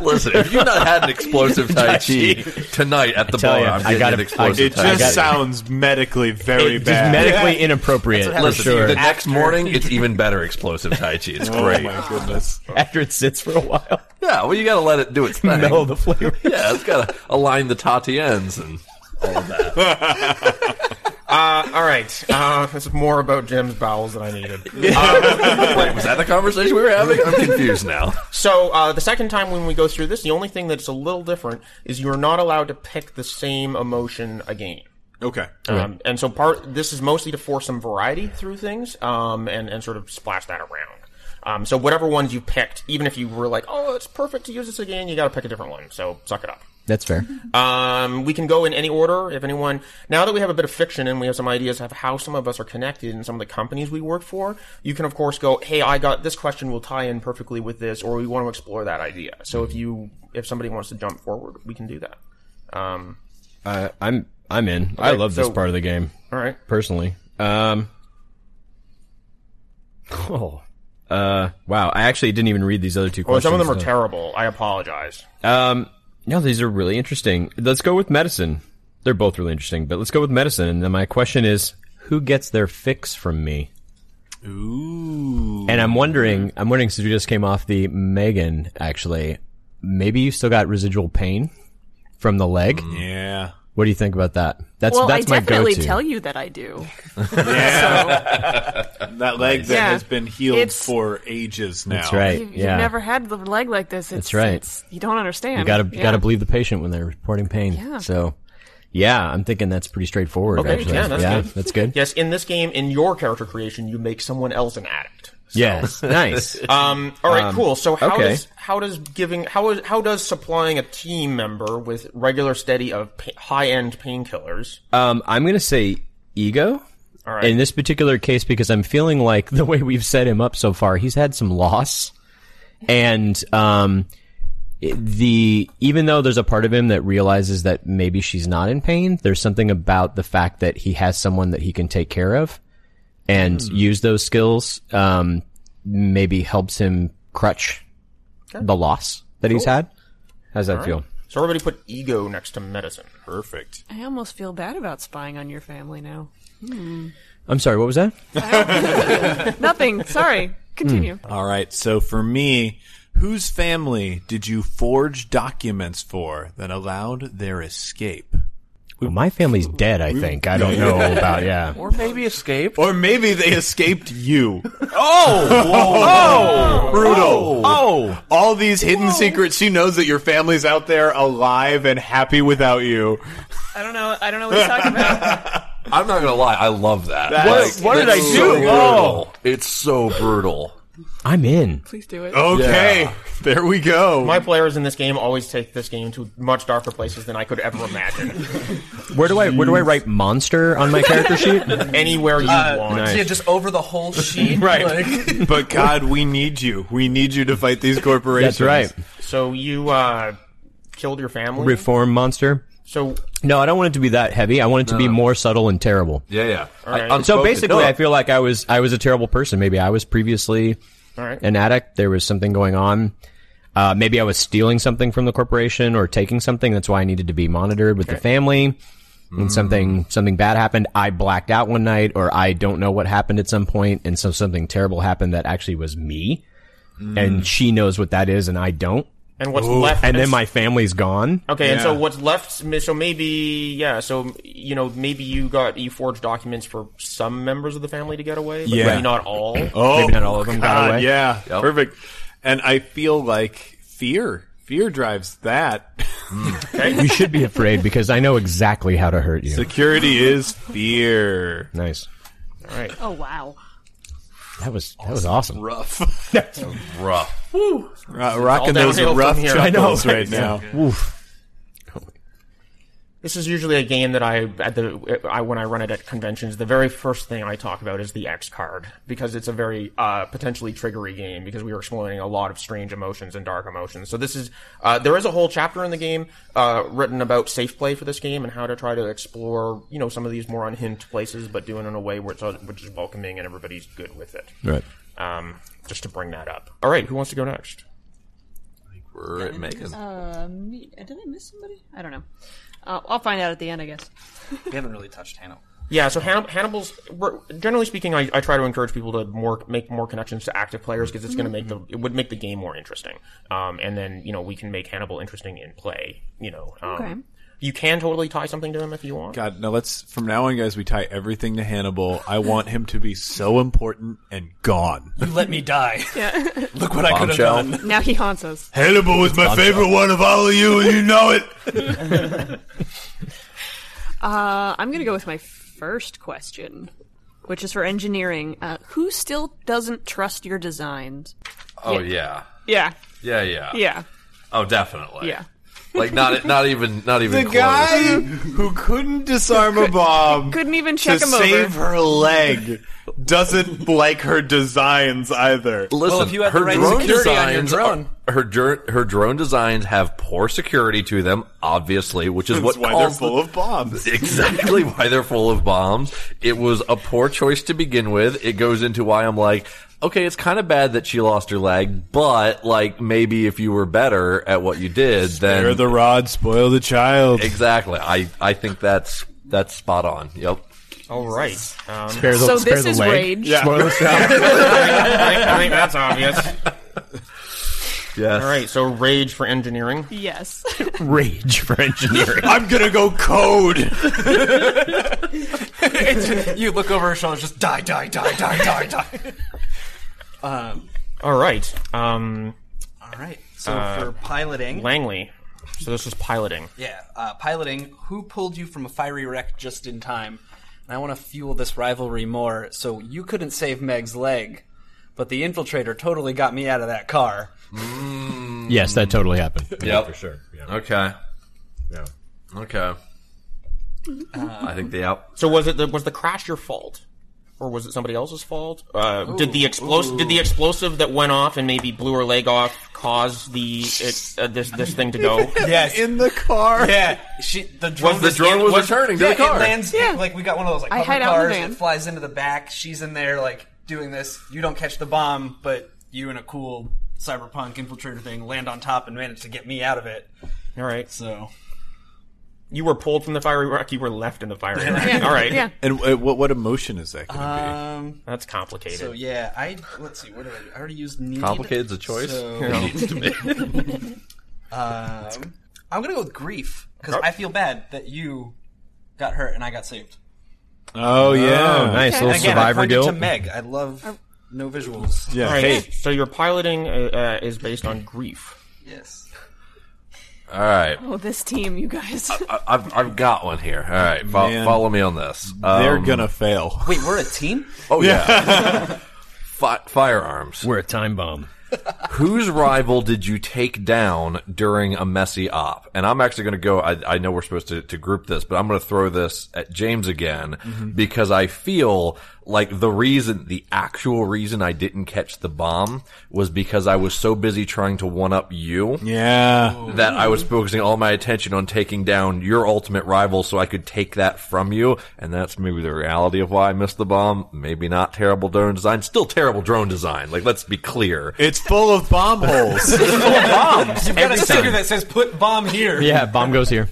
D: Listen, if you've not had an explosive Tai Chi tonight at the
H: tell
D: bar,
H: ya,
D: I'm
H: I
D: getting
H: gotta-
D: an explosive
B: It
D: Tai Chi.
B: just sounds medically very
H: It's
B: bad.
H: just medically inappropriate for
D: Listen,
H: sure.
D: the next morning, it's even better explosive Tai Chi. It's
B: oh
D: great.
B: my goodness!
H: After it sits for a while,
D: yeah, well, you gotta let it do its thing.
H: mellow the flavor.
D: Yeah, it's gotta align the tati ends and
G: all right. Uh, this is more about Jim's bowels than I needed.
D: Wait, was that the conversation we were having? I'm confused now.
G: So uh, the second time when we go through this, the only thing that's a little different is you are not allowed to pick the same emotion again.
B: Okay,
G: Um, and so part this is mostly to force some variety through things um, and and sort of splash that around. Um, so whatever ones you picked, even if you were like, oh, it's perfect to use this again, you got to pick a different one. So suck it up.
H: That's fair.
G: Um, we can go in any order if anyone. Now that we have a bit of fiction and we have some ideas of how some of us are connected and some of the companies we work for, you can of course go, "Hey, I got this question will tie in perfectly with this," or we want to explore that idea. So if you if somebody wants to jump forward, we can do that. Um,
H: I, Uh, I'm I'm in. I love this
G: so-
H: part of the game
G: all right.
H: personally. Um. Oh. Uh. Wow. I actually didn't even read these other two
G: Well,
H: questions.
G: Oh,
H: uh,
G: some of them are
H: so-
G: terrible. I apologize.
H: Um, no, these are really interesting. Let's go with medicine. They're both really interesting, but let's go with medicine. And then my question is, who gets their fix from me? Ooh. And I'm wondering, I'm wondering since we just came off the Megan, actually, maybe you still got residual pain from the leg.
G: Mm.
B: Yeah.
H: What do you think about that? That's
E: well,
H: that's
E: I
H: my
E: definitely
H: go-to.
E: tell you that I do.
B: That leg that
E: Yeah.
B: has been healed
E: It's-
B: for ages now.
H: That's right.
E: You, have
H: yeah,
E: never had the leg like this. It's,
H: That's right.
E: it's- you don't understand.
H: you gotta you
E: Yeah.
H: gotta believe the patient when they're reporting pain.
E: Yeah.
H: So, yeah, I'm thinking that's pretty straightforward.
G: Okay,
H: actually,
G: yeah, that's good.
H: that's good.
G: Yes, in this game, in your character creation, you make someone else an addict.
H: Yes, nice.
G: Um, all right, cool. So how
H: okay.
G: does how does giving how is how does supplying a team member with regular steady of pa- high end painkillers?
H: Um, I'm going to say ego.
G: right.
H: In this particular case, because I'm feeling like the way we've set him up so far, he's had some loss, and um, it- the even though there's a part of him that realizes that maybe she's not in pain, there's something about the fact that he has someone that he can take care of and use those skills. Um, maybe helps him crutch the loss that he's had. How's that feel?
G: So everybody put ego next to medicine.
B: Perfect.
E: I almost feel bad about spying on your family now.
H: I'm sorry. What was that?
E: Nothing.
H: Hmm.
E: Sorry. Continue.
B: All right. So for me, whose family did you forge documents for that allowed their escape?
H: Well, my family's dead. I think. I don't know about. Yeah.
D: Or maybe escaped.
B: Or maybe they escaped you.
D: Oh,
B: Brutal.
D: oh,
B: All these hidden secrets. She knows that your family's out there alive and happy without you.
E: I don't know. I don't know what he's talking about.
D: I'm not gonna lie, I love that.
B: What-
D: Like,
B: what did
D: that's
B: I do?
D: So brutal. It's so brutal.
H: I'm in.
E: Please do
B: Oh.
E: it.
B: Okay. There we go.
G: My players in this game always take this game to much darker places than I could ever imagine.
H: Where do I where do I write monster on my character sheet?
G: Anywhere you want.
F: Yeah, just over the whole sheet.
G: Right.
F: Like,
B: but God, we need you. We need you to fight these corporations.
H: That's right.
G: So you uh, killed your family.
H: Reform monster.
G: so
H: No, I don't want it to be that heavy. I want it to be more subtle and terrible.
D: Yeah, yeah.
G: right.
D: I-
H: So
D: unspoken.
H: basically,
D: No.
H: I feel like I was I was a terrible person. Maybe I was previously
G: all right.
H: an addict. There was something going on. Uh, maybe I was stealing something from the corporation or taking something. That's why I needed to be monitored with the family. And something something bad happened. I blacked out one night, or I don't know what happened at some point, and so something terrible happened that actually was me. And she knows what that is, and I don't.
G: and what's left?
H: and then my family's gone.
G: Okay, and so what's left? So maybe, yeah. So you know, maybe you got you forged documents for some members of the family to get away, but
B: Yeah.
G: maybe not all.
B: Oh,
H: Maybe not all of them got
B: God,
H: away.
B: Yeah, perfect. And I feel like fear. Fear drives that.
H: You should be afraid because I know exactly how to hurt you.
B: Security is fear.
H: Nice.
E: Oh wow.
H: That was that was awesome.
B: Rough.
D: rough.
B: Ro- rocking
G: all
B: those
G: downhill
B: rough
G: from here. I know,
B: chuckles right now.
G: This is usually a game that I at the I when I run it at conventions, the very first thing I talk about is the X card because it's a very uh, potentially triggery game because we are exploring a lot of strange emotions and dark emotions. So this is uh, there is a whole chapter in the game uh, written about safe play for this game and how to try to explore you know some of these more unhinged places, but doing it in a way where it's uh, which is welcoming and everybody's good with it.
H: Right.
G: Um, just to bring that up. All right, who wants to go next?
D: We're at Megan.
E: Um, did I miss somebody? I don't know. Uh, I'll find out at the end, I guess.
F: we haven't really touched Hannah.
G: Yeah, so Hann- Hannibal's. we're- Generally speaking, I, I try to encourage people to more make more connections to active players because it's going to make the it would make the game more interesting. Um, and then you know we can make Hannibal interesting in play. You know, um,
E: Okay.
G: you can totally tie something to him if you want.
B: God, no, let's, from now on, guys, we tie everything to Hannibal. I want him to be so important and gone.
F: You let me die. Look what I could have
D: Bombshell.
F: done.
E: Now he haunts us.
B: Hannibal was my favorite one of all of you, and you know it.
E: Uh, I'm gonna go with my first question, which is for engineering. Uh, who still doesn't trust your designs?
D: Oh yeah.
E: Yeah.
D: Yeah, yeah,
E: Yeah.
D: Oh, definitely.
E: Yeah.
D: Like not not even not even
B: The
D: close.
B: guy who couldn't disarm a bomb.
E: Couldn't even
B: to
E: check him
B: save
E: over.
B: her leg doesn't like her designs either.
D: Listen,
F: if you had the
D: her
F: right
D: drone
F: security on your
D: designs
F: drone.
D: are- her dr- her drone designs have poor security to them, obviously, which is
B: That's
D: what
B: why they're
D: caused
B: full of bombs.
D: exactly why they're full of bombs. It was a poor choice to begin with. It goes into why I'm like, okay, it's kind of bad that she lost her leg, but like maybe if you were better at what you did,
B: Spare
D: then
B: the rod, spoil the child.
D: exactly. I I think that's that's spot on. Yep.
G: All right, um,
H: Spare the,
E: So this is rage.
B: Yeah.
G: I, think, I think that's obvious.
D: Yes.
G: All right, so rage for engineering.
E: Yes.
H: Rage for engineering.
B: I'm gonna go code.
F: you look over her shoulder, just die, die, die, die, die, die.
G: All right, um,
F: All right. So
I: for piloting.
G: Langley. So this was piloting.
F: Yeah, uh, piloting. Who pulled you from a fiery wreck just in time? And I want to fuel this rivalry more. So you couldn't save Meg's leg, but the infiltrator totally got me out of that car.
H: yes, that totally happened.
D: Yep. For sure. Okay. Yeah. Okay. I think the out.
G: So was it the, was the crash your fault, or was it somebody else's fault? Uh, did the explos- did the explosive that went off and maybe blew her leg off cause the it, uh, this this thing to go?
F: Yes.
B: in the car.
F: yeah, she the drone
D: Was the drone was returning to
F: yeah,
D: the car.
F: It lands
E: Yeah.
F: like we got one of those like
E: I
F: hover
E: hide out in the
F: cars.
E: van.
F: It flies into the back. She's in there like doing this. You don't catch the bomb, but you in a cool cyberpunk infiltrator thing land on top and manage to get me out of it.
G: All right,
F: So
G: you were pulled from the fiery wreck. You were left in the fiery wreck. All right,
E: Yeah.
B: And uh, what what emotion is that gonna
G: Uh,
F: um,
G: that's complicated.
F: so yeah, I let's see. What did I do? I already used need.
D: Complicated's a choice.
F: So,
G: You know,
F: um, I'm gonna go with grief because I feel bad that you got hurt and I got saved.
B: be? Oh yeah,
H: Nice
E: Okay.
H: little
F: Again, I
H: survivor
F: pointed
H: guilt.
F: to Meg. I love no visuals.
B: yeah.
G: All right, so your piloting uh, uh, is based on grief.
F: Yes.
D: All right.
E: Oh, this team, you guys.
D: I, I've, I've got one here. All right. Fo-
B: Man.
D: follow me on this.
H: Oh.
B: They're
D: Um,
B: gonna fail.
F: Wait, we're a team.
D: Oh yeah. Fi firearms.
H: We're a time bomb.
D: Whose rival did you take down during a messy op? And I'm actually going to go. I, I know we're supposed to, to group this, but I'm going to throw this at James again because I feel like the reason, the actual reason I didn't catch the bomb was because I was so busy trying to one up you
B: Yeah,
D: that I was focusing all my attention on taking down your ultimate rival so I could take that from you. And that's maybe the reality of why I missed the bomb. Maybe not terrible drone design. Still terrible drone design. Like, let's be clear.
B: it's full of bomb holes.
D: bombs.
F: You've got a sticker that says "Put bomb here."
H: Yeah, bomb goes here.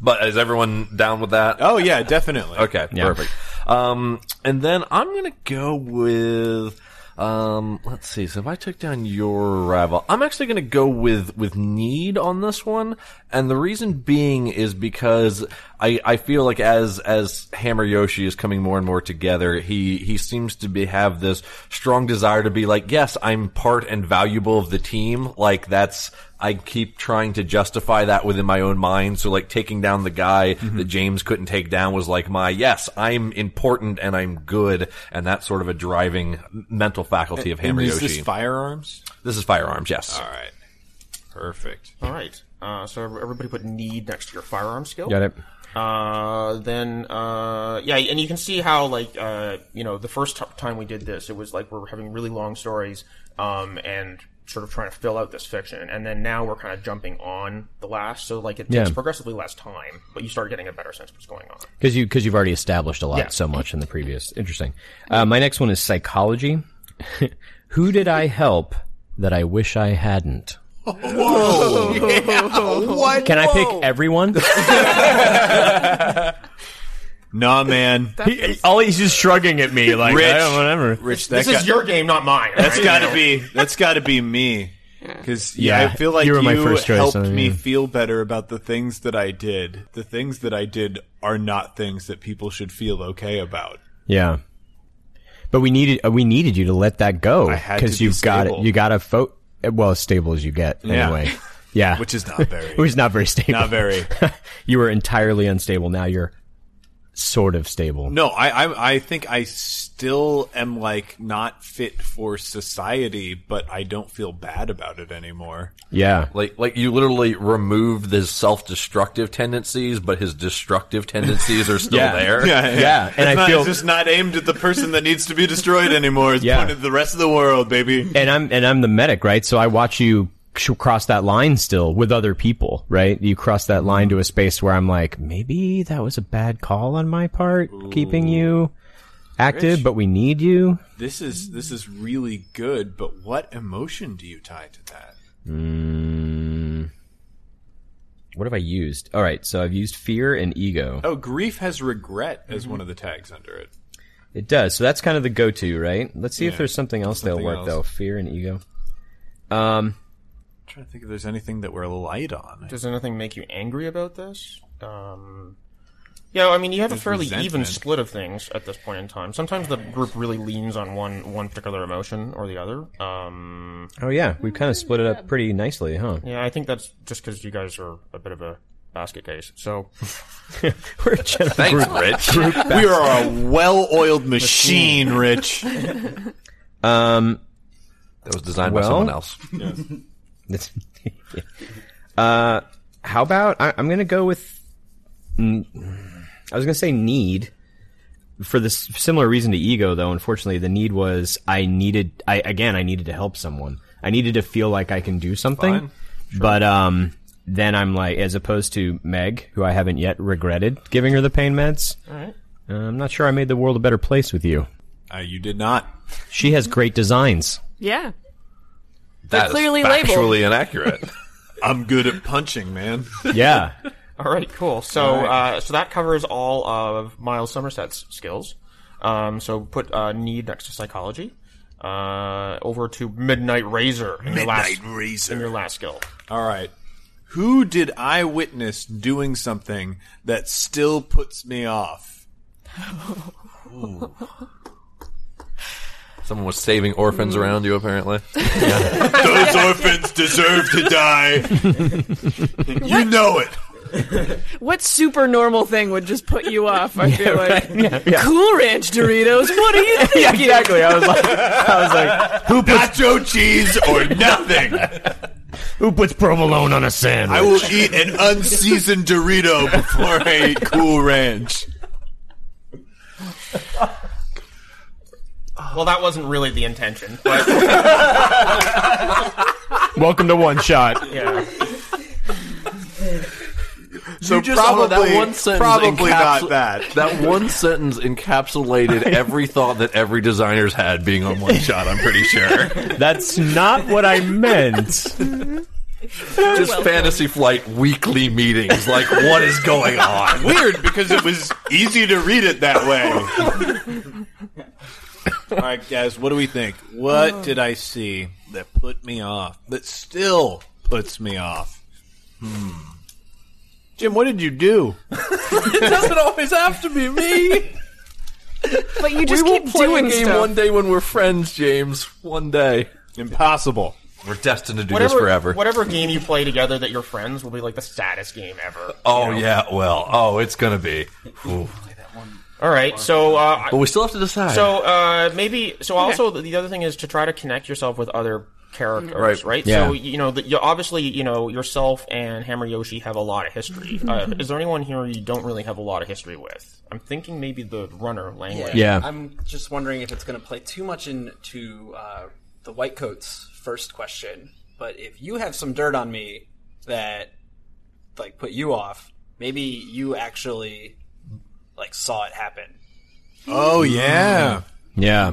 D: But is everyone down with that?
B: oh yeah, definitely.
D: Okay,
H: Yeah.
D: perfect. Um, and then I'm gonna go with, um, let's see. So if I took down your rival, I'm actually gonna go with with need on this one, and the reason being is because I I feel like as as Hammer Yoshi is coming more and more together, he he seems to be have this strong desire to be like, yes, I'm part and valuable of the team. Like that's I keep trying to justify that within my own mind. So like taking down the guy
B: Mm-hmm.
D: that James couldn't take down was like my, yes, I'm important and I'm good. And that's sort of a driving mental faculty of
B: And
D: Hammer
B: is
D: Yoshi.
B: this firearms?
D: This is firearms. Yes.
B: All right, perfect.
G: All right, uh, so everybody put need next to your firearm skill.
H: Got it.
G: Uh, then, uh, yeah, and you can see how, like, uh, you know, the first t- time we did this, it was like we were having really long stories, um, and sort of trying to fill out this fiction, and then now we're kind of jumping on the last, so like it takes
H: Yeah.
G: progressively less time, but you start getting a better sense of what's going on.
H: Because you because you've already established a lot
G: Yeah.
H: so much in the previous. Interesting. Uh, my next one is psychology. Who did I help that I wish I hadn't?
B: What?
H: Can I pick everyone?
B: Nah, man.
H: He- all he's just shrugging at me like
B: Rich.
H: I don't whatever.
B: Rich, that
G: This
B: got,
G: is your game, not mine.
B: that's got to be that's got to be me. Because yeah,
H: Yeah,
B: I feel like
H: you
B: you,
H: were my first choice,
B: helped
H: so,
B: me
H: yeah.
B: feel better about the things that I did. The things that I did are not things that people should feel okay about.
H: Yeah. But we needed uh, we needed you to let that go
B: had to be
H: you've got it.
B: stable.
H: You got to fo- well as stable as you get
B: Yeah.
H: anyway. Yeah,
B: Which is not very-
H: which is not very stable.
B: Not very.
H: you were entirely unstable. Now you're sort of stable.
B: No, I, I I think I still am like not fit for society, but I don't feel bad about it anymore.
H: Yeah,
D: Like, like you literally removed his self-destructive tendencies, but his destructive tendencies are still
H: Yeah.
D: there.
H: yeah.
B: it's
H: And I
B: not,
H: feel
B: it's just not aimed at the person that needs to be destroyed anymore. It's
H: Yeah.
B: pointed at the rest of the world, baby.
H: and I'm and I'm the medic, right? So I watch you sh- cross that line still with other people, right? You cross that line to a space where I'm like, maybe that was a bad call on my part, keeping you active, but we need you.
B: This is this is really good, but what emotion do you tie to that?
H: What have I used? All right, so I've used fear and ego.
B: Oh, grief has regret as one of the tags under it.
H: It does. So that's kind of the go-to, right? Let's see if
B: Yeah.
H: there's something else
B: Something
H: they'll work
B: else.
H: though. Fear and ego. Um,
B: trying to think if there's anything that we're light on.
G: Does anything make you angry about this? Um, yeah, I mean, you have a fairly even
B: resentment.
G: split of things at this point in time. Sometimes the group really leans on one one particular emotion or the other. Um,
H: Oh yeah, we've kind of split it up pretty nicely, huh?
G: yeah, I think that's just because you guys are a bit of a basket case. So
H: We're a general
D: Thanks, Rich.
B: We are a well-oiled machine, Rich.
H: Um,
D: That was designed by
H: Well-
D: someone else.
H: That's- uh, how about I, I'm going to go with. n- I was going to say need for this similar reason to ego, though. Unfortunately, the need was I needed. I again, I needed to help someone. I needed to feel like I can do something.
B: Fine.
H: But um, then I'm like, as opposed to Meg, who I haven't yet regretted giving her the pain meds. All right. Uh, I'm not sure I made the world a better place with you.
B: Uh, you did not.
H: She has great designs.
E: Yeah.
D: That's
E: clearly
D: factually inaccurate.
B: I'm good at punching, man.
H: Yeah.
G: All right, cool. So uh, so that covers all of Miles Somerset's skills. Um, so put uh, need next to psychology. Uh, over to Midnight Razor. In your last, In your last skill.
B: All right. Who did I witness doing something that still puts me off?
D: Someone was saving
B: Mm.
D: orphans around you, apparently.
B: Those orphans deserve to die. you know it.
E: What super normal thing would just put you off? I feel like Cool Ranch Doritos. What are you thinking?
H: exactly. I was like, I was like,
B: Nacho cheese or nothing.
H: who puts provolone on a sandwich?
B: I will eat an unseasoned Dorito before I eat Cool Ranch.
G: Well, that wasn't really the intention, but
H: Welcome to one shot.
G: yeah.
B: So
D: just-
B: probably,
D: that one sentence
B: probably
D: encapsul-
B: not that.
D: That one sentence encapsulated every thought that every designer's had being on one shot, I'm pretty sure.
H: That's not what I meant.
D: Just fantasy flight weekly meetings. Like, what is going on?
B: Weird because it was easy to read it that way. All right, guys, what do we think? What did I see that put me off? That still puts me off. Hmm. Jim, what did you do?
F: doesn't always have to be me.
E: But you just keep doing stuff.
D: one day when we're friends, James. One day.
B: Impossible.
D: We're destined to do
G: Whatever,
D: this forever.
G: whatever game you play together that your friends will be like the saddest game ever.
D: Oh, yeah, well, oh, it's going to be. Ooh.
G: All right, so uh,
D: But we still have to decide.
G: So uh, maybe. So also the- the other thing is to try to connect yourself with other characters, right?
D: Right.
H: Yeah.
G: So you know, the, you obviously, you know, yourself and Hammer Yoshi have a lot of history. Uh, is there anyone here you don't really have a lot of history with? I'm thinking maybe the runner Langley.
H: Yeah.
F: I'm just wondering if it's going to play too much into uh, the white coats first question. But if you have some dirt on me that like put you off, maybe you actually like saw it happen.
B: Oh yeah.
H: Yeah.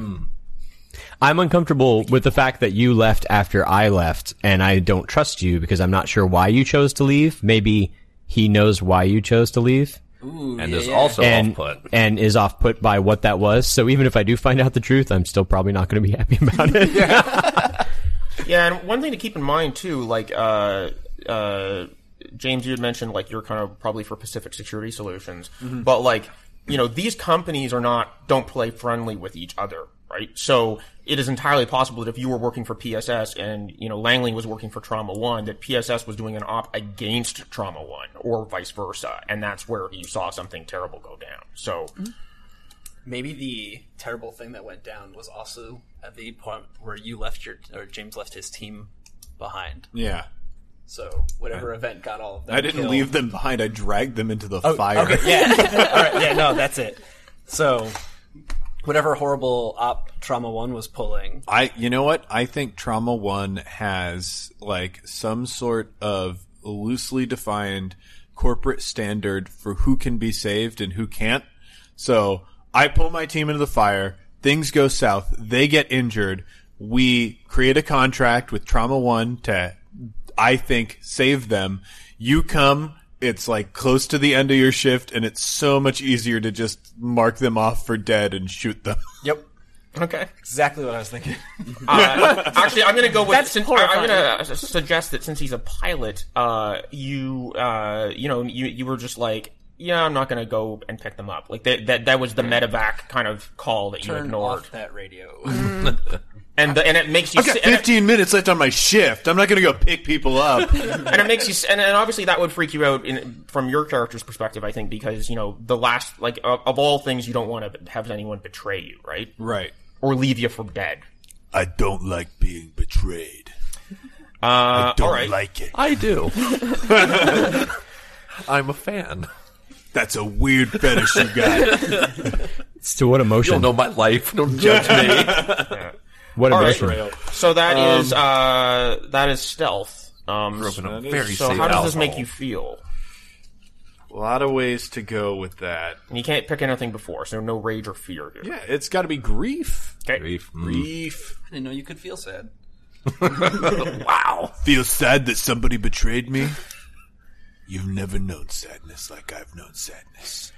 H: I'm uncomfortable with the fact that you left after I left, and I don't trust you because I'm not sure why you chose to leave. Maybe he knows why you chose to leave.
D: and there's also
H: And,
D: off-put.
H: and is off put by what that was. So even if I do find out the truth, I'm still probably not going to be happy about it.
G: Yeah, and one thing to keep in mind too, like uh, uh, James, you had mentioned like you're kind of probably for Pacific Security Solutions, but like you know these companies are not don't play friendly with each other, right? So it is entirely possible that if you were working for PSS and you know Langley was working for Trauma One, that PSS was doing an op against Trauma One or vice versa, and that's where you saw something terrible go down. So
F: Maybe the terrible thing that went down was also at the point where you left your or James left his team behind.
B: Yeah.
F: So whatever event got all of them.
B: I didn't
F: killed-
B: leave them behind. I dragged them into the fire.
F: yeah. All right. Yeah. No, that's it. So, whatever horrible op trauma one was pulling.
B: I you know what? I think trauma 1 has like some sort of loosely defined corporate standard for who can be saved and who can't. So, I pull my team into the fire, things go south, they get injured, we create a contract with trauma 1 to I think save them. You come it's like close to the end of your shift and it's so much easier to just mark them off for dead and shoot them.
F: Yep.
G: Okay.
F: Exactly what I was thinking.
G: Uh, actually, I'm going to go with.
E: That's
G: since, I,
E: horrifying.
G: I'm going to suggest that since he's a pilot, uh, you uh, you know you you were just like. Yeah, I'm not gonna go and pick them up. Like that, that, that was the medevac kind of call that you
F: Turn
G: ignored,
F: off that radio.
G: and the, and it makes you
B: I've got
G: si- and it-
B: 15 minutes left on my shift. I'm not going to go pick people up.
G: and it makes you, s- and, and obviously that would freak you out in, from your character's perspective, I think, because, you know, the last, like, of, of all things, you don't want to have anyone betray you, right?
B: right.
G: Or leave you for dead.
B: I don't like being betrayed.
G: Uh, all right.
B: like it.
D: I do. I'm a fan.
B: That's a weird fetish you got.
H: It's to what
D: You don't
H: emotion?
D: know Oh, my life. Don't judge me.
H: What
G: All
H: emotion?
G: right. So that
F: Um,
G: is uh, that is stealth. Um,
D: Grew up in a very
G: so
D: safe
G: how does this
D: household.
G: make you feel?
B: a lot of ways to go with that.
G: And you can't pick anything before, so no rage or fear here.
B: Yeah, it's got to be grief.
D: Grief. Mm.
B: Grief.
F: I didn't know you could feel sad.
B: Wow. Feel sad that somebody betrayed me? You've never known sadness like I've known sadness.